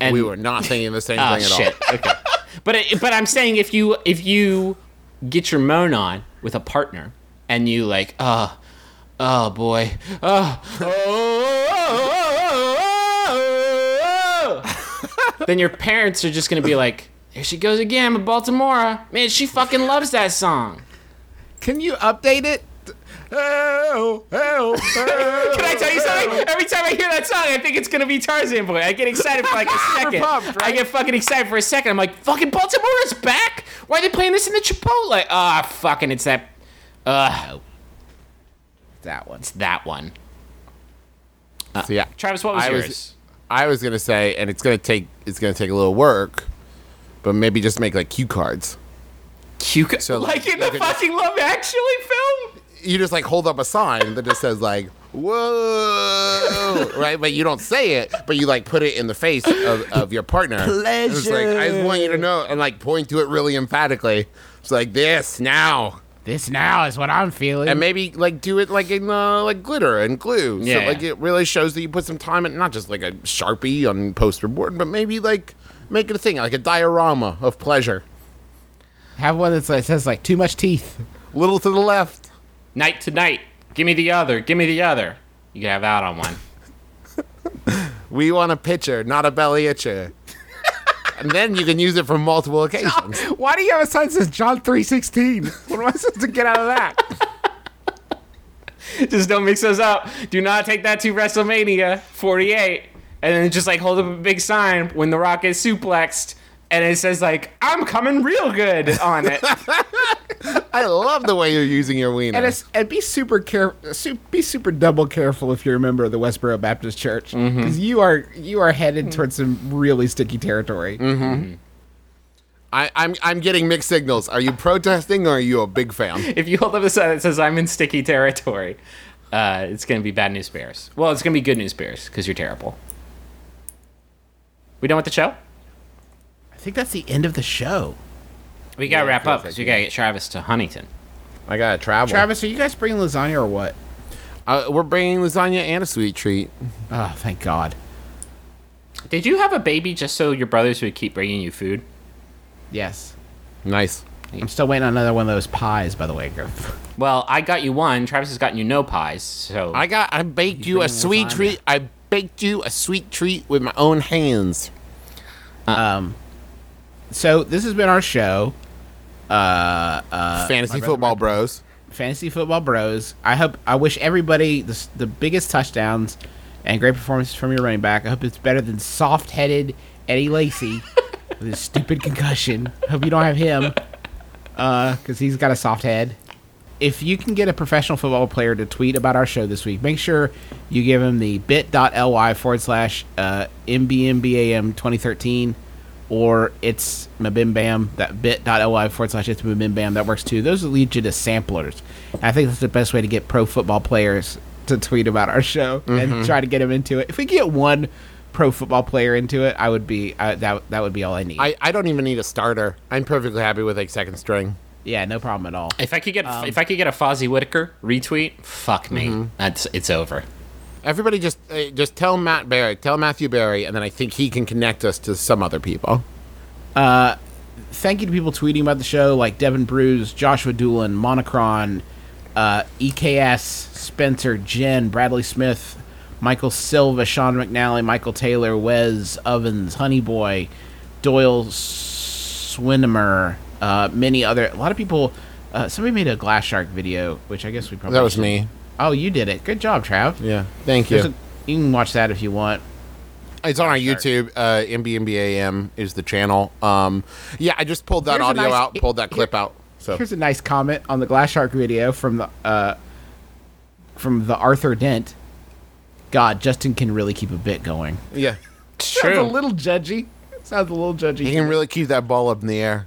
Speaker 3: And
Speaker 4: We were not thinking the same
Speaker 3: Oh,
Speaker 4: thing at all.
Speaker 3: shit. Okay. But it- but I'm saying if you if you get your moan on with a partner and you like oh oh boy oh, oh, oh, oh, oh, oh, oh," then your parents are just gonna be like here she goes again with Baltimora man she fucking loves that song
Speaker 2: Can you update it?
Speaker 3: Uh, can I tell you something every time I hear that song I think it's gonna be Tarzan boy I get excited for like a second I get fucking excited for a second I'm like fucking Baltimora's back why are they playing this in the Chipotle ah fucking it's that uh
Speaker 2: That one.
Speaker 3: It's that one.
Speaker 4: So, yeah,
Speaker 3: Travis, what was
Speaker 4: I was-
Speaker 3: yours?
Speaker 4: I was gonna say, and it's gonna take it's gonna take a little work, but maybe just make like cue cards.
Speaker 3: Cue ca-
Speaker 4: So,
Speaker 3: like,
Speaker 4: like,
Speaker 3: in the
Speaker 4: you could just-
Speaker 3: fucking Love Actually film?
Speaker 4: You just like hold up a sign that just says like "whoa," right? But you don't say it, but you like put it in the face of, of your partner. It's like I just want you to know, and like point to it really emphatically. It's like this now,
Speaker 2: This now is what I'm feeling.
Speaker 4: and maybe like do it like in uh, like glitter and glue.
Speaker 3: Yeah,
Speaker 4: so like
Speaker 3: yeah.
Speaker 4: it really shows that you put some time in, not just like a sharpie on poster board, but maybe like make it a thing, like a diorama of pleasure.
Speaker 2: Have one that's like says like too much teeth.
Speaker 4: little to the left.
Speaker 3: Night to night. Give me the other. Give me the other. You can have out on one.
Speaker 4: We want a pitcher, not a belly itcher. and then you can use it for multiple occasions.
Speaker 2: Why do you have a sign that says John three sixteen? What am I supposed to get out of that?
Speaker 3: just don't mix those up. Do not take that to WrestleMania 48 and then just like hold up a big sign when The Rock is suplexed and it says like I'm coming real good on it.
Speaker 4: I love the way you're using your wiener.
Speaker 2: And, it's, and be super careful. Be super double careful if you're a member of the Westboro Baptist Church, because you are you are headed towards some really sticky territory.
Speaker 4: I, I'm, I'm getting mixed signals. Are you protesting or are you a big fan?
Speaker 3: if you hold up a sign that says I'm in sticky territory, uh, it's gonna be bad news bears. Well, it's gonna be good news bears because you're terrible. We done with the show?
Speaker 2: I think that's the end of the show.
Speaker 3: We gotta wrap up because we gotta get Travis to Huntington.
Speaker 4: I gotta travel.
Speaker 2: Travis, are you guys bringing lasagna or what?
Speaker 4: Uh, we're bringing lasagna and a sweet treat.
Speaker 2: Oh, thank God.
Speaker 3: Did you have a baby just so your brothers would keep bringing you food?
Speaker 2: Yes.
Speaker 4: Nice.
Speaker 2: I'm still waiting on another one of those pies, by the way, Griff.
Speaker 3: Well, I got you one. Travis has gotten you no pies, so
Speaker 4: I got. I baked you, a sweet treat. I baked you a sweet treat with my own hands.
Speaker 2: So this has been our show,
Speaker 3: uh,
Speaker 4: Fantasy football bros.
Speaker 2: Fantasy Football Bros. I hope I wish everybody the, s- the biggest touchdowns and great performances from your running back. I hope it's better than soft-headed Eddie Lacy with his stupid concussion. Hope you don't have him because he's got a soft head. If you can get a professional football player to tweet about our show this week, make sure you give him the bit.ly forward slash uh, MBMBAM 2013 or it's Mabimbam, that bit.ly forward slash it's Mabimbam. That works too. Those lead you to samplers. And I think that's the best way to get pro football players to tweet about our show and try to get them into it. If we get one pro football player into it, I would be, I, that, that would be all I need.
Speaker 4: I, I don't even need a starter. I'm perfectly happy with like second string.
Speaker 2: yeah, no problem at all.
Speaker 3: if I could get if I could get a Fozzie Whitaker retweet, fuck me, that's it's over.
Speaker 4: Everybody just uh, just tell Matt Barry, tell Matthew Barry, and then I think he can connect us to some other people.
Speaker 2: thank you to people tweeting about the show like Devin Bruce, Joshua Doolin, Monocron, uh, EKS, Spencer, Jen, Bradley Smith, Michael Silva, Sean McNally, Michael Taylor, Wes Ovens, Honey Boy, Doyle Swinimer, uh, many other. A lot of people. Uh, somebody made a Glass Shark video, which I guess we probably.
Speaker 4: That was me.
Speaker 2: Oh, you did it. Good job, Trav.
Speaker 4: Yeah. Thank
Speaker 2: There's
Speaker 4: you.
Speaker 2: a- you can watch that if you want.
Speaker 4: It's on our YouTube. Uh, MBMBAM is the channel. Um, yeah, I just pulled that
Speaker 2: Here's a
Speaker 4: audio
Speaker 2: nice-
Speaker 4: out, pulled that clip out. So
Speaker 2: Here's a nice comment on the Glass Shark video from the uh, from the Arthur Dent. God, Justin can really keep a bit going.
Speaker 4: yeah,
Speaker 2: Sounds a little judgy. Sounds a little
Speaker 4: he
Speaker 2: judgy.
Speaker 4: can really keep that ball up in the air.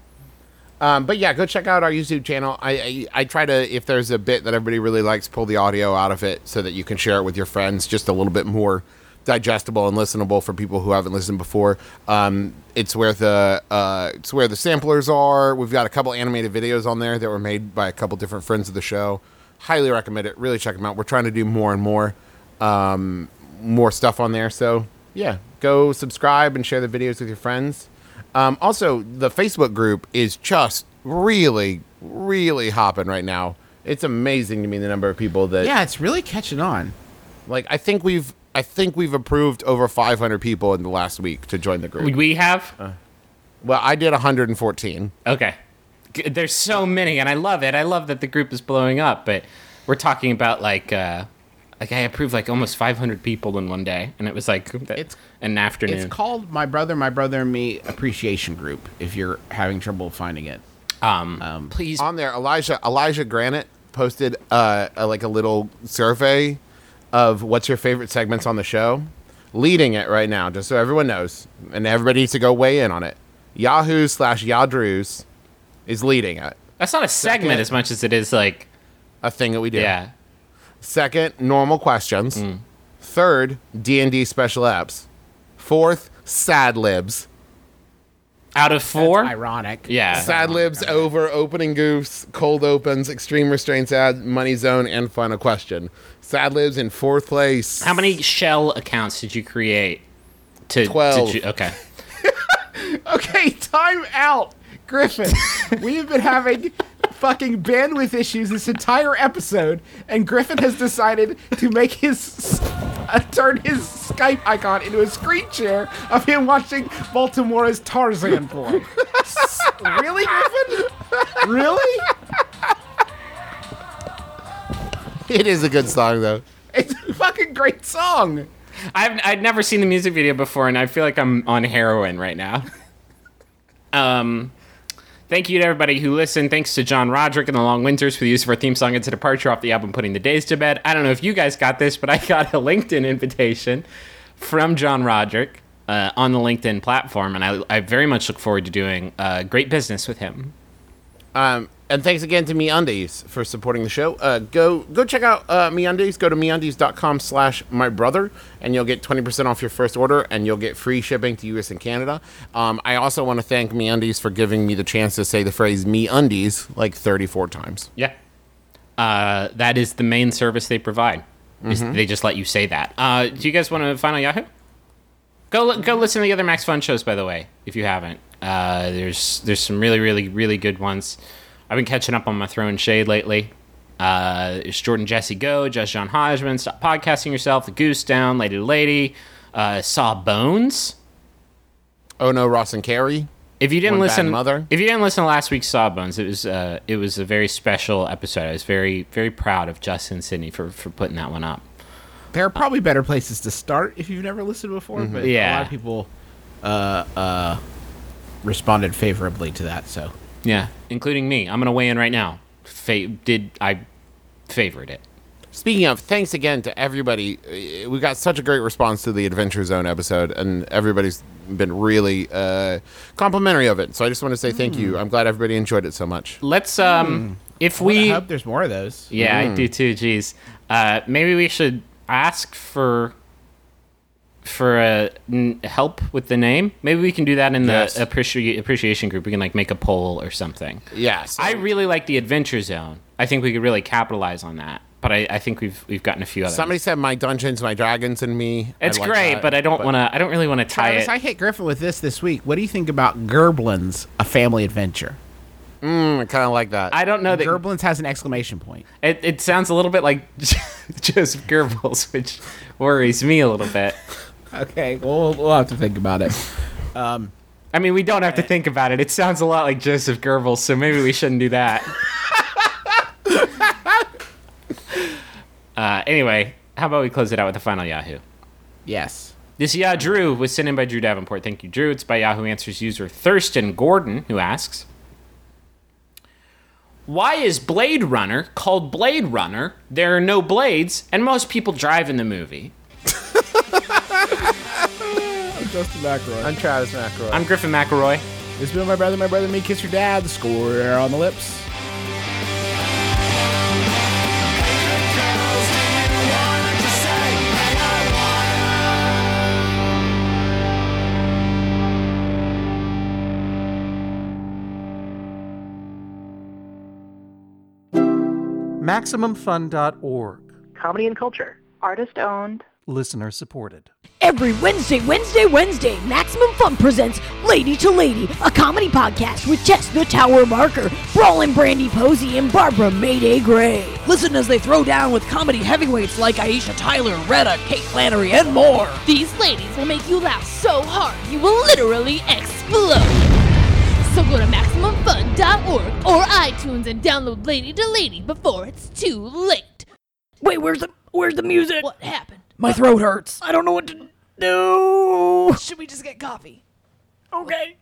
Speaker 4: Um, but yeah, go check out our YouTube channel. I, I I try to if there's a bit that everybody really likes, pull the audio out of it so that you can share it with your friends. Just a little bit more digestible and listenable for people who haven't listened before. Um, it's where the uh, it's where the samplers are. We've got a couple animated videos on there that were made by a couple different friends of the show. Highly recommend it. Really check them out. We're trying to do more and more um, more stuff on there. So yeah, go subscribe and share the videos with your friends. Um, also, the Facebook group is just really, really hopping right now. It's amazing to me the number of people that
Speaker 2: Yeah, it's really catching on.
Speaker 4: like. I think we've I think we've approved over 500 people in the last week to join the
Speaker 3: Would
Speaker 4: group.
Speaker 3: we have?
Speaker 4: Well, I did 114.
Speaker 3: Okay. G- There's so many, and I love it. I love that the group is blowing up, but we're talking about like, uh, like I approved like almost 500 people in one day, and it was like
Speaker 2: It's-
Speaker 3: an
Speaker 2: It's
Speaker 3: afternoon.
Speaker 2: called My Brother, My Brother and Me Appreciation Group. If you're having trouble finding it,
Speaker 3: um, please,
Speaker 4: on there elijah elijah granite posted uh, a, like a little survey of what's your favorite segments on the show leading it right now just so everyone knows and everybody needs to go weigh in on it yahoo slash yadrews is leading it
Speaker 3: that's not a segment as much as it is like,
Speaker 4: a thing that we do
Speaker 3: yeah.
Speaker 4: second normal questions third d&d special apps fourth sad libs
Speaker 3: Out of four,
Speaker 2: ironic.
Speaker 3: yeah.
Speaker 4: Sad libs over opening goofs, cold opens, extreme restraints ad, money zone, and final question. Sad libs in fourth place.
Speaker 3: How many shell accounts did you create? To to
Speaker 4: Twelve.
Speaker 3: ju- okay.
Speaker 2: Okay, time out, Griffin. we have been having fucking bandwidth issues this entire episode, and Griffin has decided to make his uh, turn his Skype icon into a screen share of him watching Baltimore's Tarzan Boy. S- really, Griffin? Really?
Speaker 4: It is a good song though.
Speaker 2: It's a fucking great song.
Speaker 3: I've I'd never seen the music video before, and I feel like I'm on heroin right now. um, thank you to everybody who listened. Thanks to John Roderick and the Long Winters for the use of our theme song "It's a Departure" off the album "Putting the Days to Bed." I don't know if you guys got this, but I got a LinkedIn invitation from John Roderick uh, on the LinkedIn platform, and I I very much look forward to doing uh, great business with him.
Speaker 4: Um, and thanks again to MeUndies for supporting the show. Uh, go go check out uh, MeUndies. Go to MeUndies.com slash my brother, and you'll get 20% off your first order, and you'll get free shipping to U.S. and Canada. Um, I also want to thank MeUndies for giving me the chance to say the phrase MeUndies like 34 times.
Speaker 3: Yeah. uh, that is the main service they provide. Is They just let you say that. Uh, do you guys want to find out Yahoo? Go li- go listen to the other Max Fun shows, by the way, if you haven't. Uh, there's there's some really really really good ones. I've been catching up on my Throne Shade lately. Uh, it's Jordan Jesse Go, Just John Hodgman, Stop Podcasting Yourself, The Goose Down, Lady to Lady, uh, Saw Bones.
Speaker 4: Oh no, Ross and Carrie.
Speaker 3: If you didn't
Speaker 4: One Bad
Speaker 3: listen,
Speaker 4: Mother.
Speaker 3: if you didn't listen to last week's Sawbones, it was uh, it was a very special episode. I was very very proud of Justin and Sydney for for putting that one up.
Speaker 2: There are probably better places to start if you've never listened before, but a
Speaker 3: Yeah.
Speaker 2: lot of people uh, uh, responded favorably to that. So
Speaker 3: Yeah, including me. I'm gonna weigh in right now. Fa- did I favored it?
Speaker 4: Speaking of, thanks again to everybody. Uh, We got such a great response to the Adventure Zone episode, and everybody's been really uh, complimentary of it. So I just want to say thank
Speaker 3: Hmm.
Speaker 4: you. I'm glad everybody enjoyed it so much.
Speaker 3: Let's
Speaker 4: Hmm.
Speaker 3: um, if
Speaker 2: I
Speaker 3: we
Speaker 2: hope there's more of those.
Speaker 3: Yeah, I do too. Jeez, uh, maybe we should ask for for uh, n- help with the name. Maybe we can do that in the
Speaker 4: Yes.
Speaker 3: appreci- appreciation group. We can like make a poll or something.
Speaker 4: Yes,
Speaker 3: I really like the Adventure Zone. I think we could really capitalize on that. But I, I think we've we've gotten a few other.
Speaker 4: Somebody said my dungeons, my dragons, and me.
Speaker 3: it's
Speaker 4: I like uh,
Speaker 3: great,
Speaker 4: that,
Speaker 3: but I don't want to. I don't really want to tie
Speaker 2: Travis,
Speaker 3: it.
Speaker 2: I hit Griffin with this this week. What do you think about Gerblins, a family adventure?
Speaker 4: Hmm, I kind of like that.
Speaker 3: I don't know that
Speaker 2: Gerblins has an exclamation point.
Speaker 3: it, it sounds a little bit like Joseph Goebbels, which worries me a little bit.
Speaker 2: Okay, well, we'll have to think about it.
Speaker 3: I mean, we don't have to think about it. It sounds a lot like Joseph Goebbels, so maybe we shouldn't do that. uh, anyway, how about we close it out with the final Yahoo?
Speaker 2: yes.
Speaker 3: This yeah, Drew was sent in by Drew Davenport. Thank you, Drew. It's by Yahoo Answers user Thurston Gordon who asks, "Why is Blade Runner called Blade Runner? There are no blades, and most people drive in the movie."
Speaker 4: I'm Travis McElroy.
Speaker 3: I'm Griffin McElroy.
Speaker 2: It's been my brother, my brother, me, kiss your dad, score on the lips.
Speaker 8: MaximumFun.org.
Speaker 9: comedy and culture. Artist owned.
Speaker 8: Listener supported.
Speaker 10: Every Wednesday, Wednesday, Wednesday, Maximum Fun presents Lady to Lady, a comedy podcast with Jess the Tower Marker, Brawlin' Brandy Posey, and Barbara Mayday Gray. Listen as they throw down with comedy heavyweights like Aisha Tyler, Retta, Kate Flannery, and more. These ladies will make you laugh so hard you will literally explode. So go to MaximumFun.org or iTunes and download Lady to Lady before it's too late. Wait, where's the where's the music? What happened? My throat hurts. I don't know what to do. Should we just get coffee? Okay.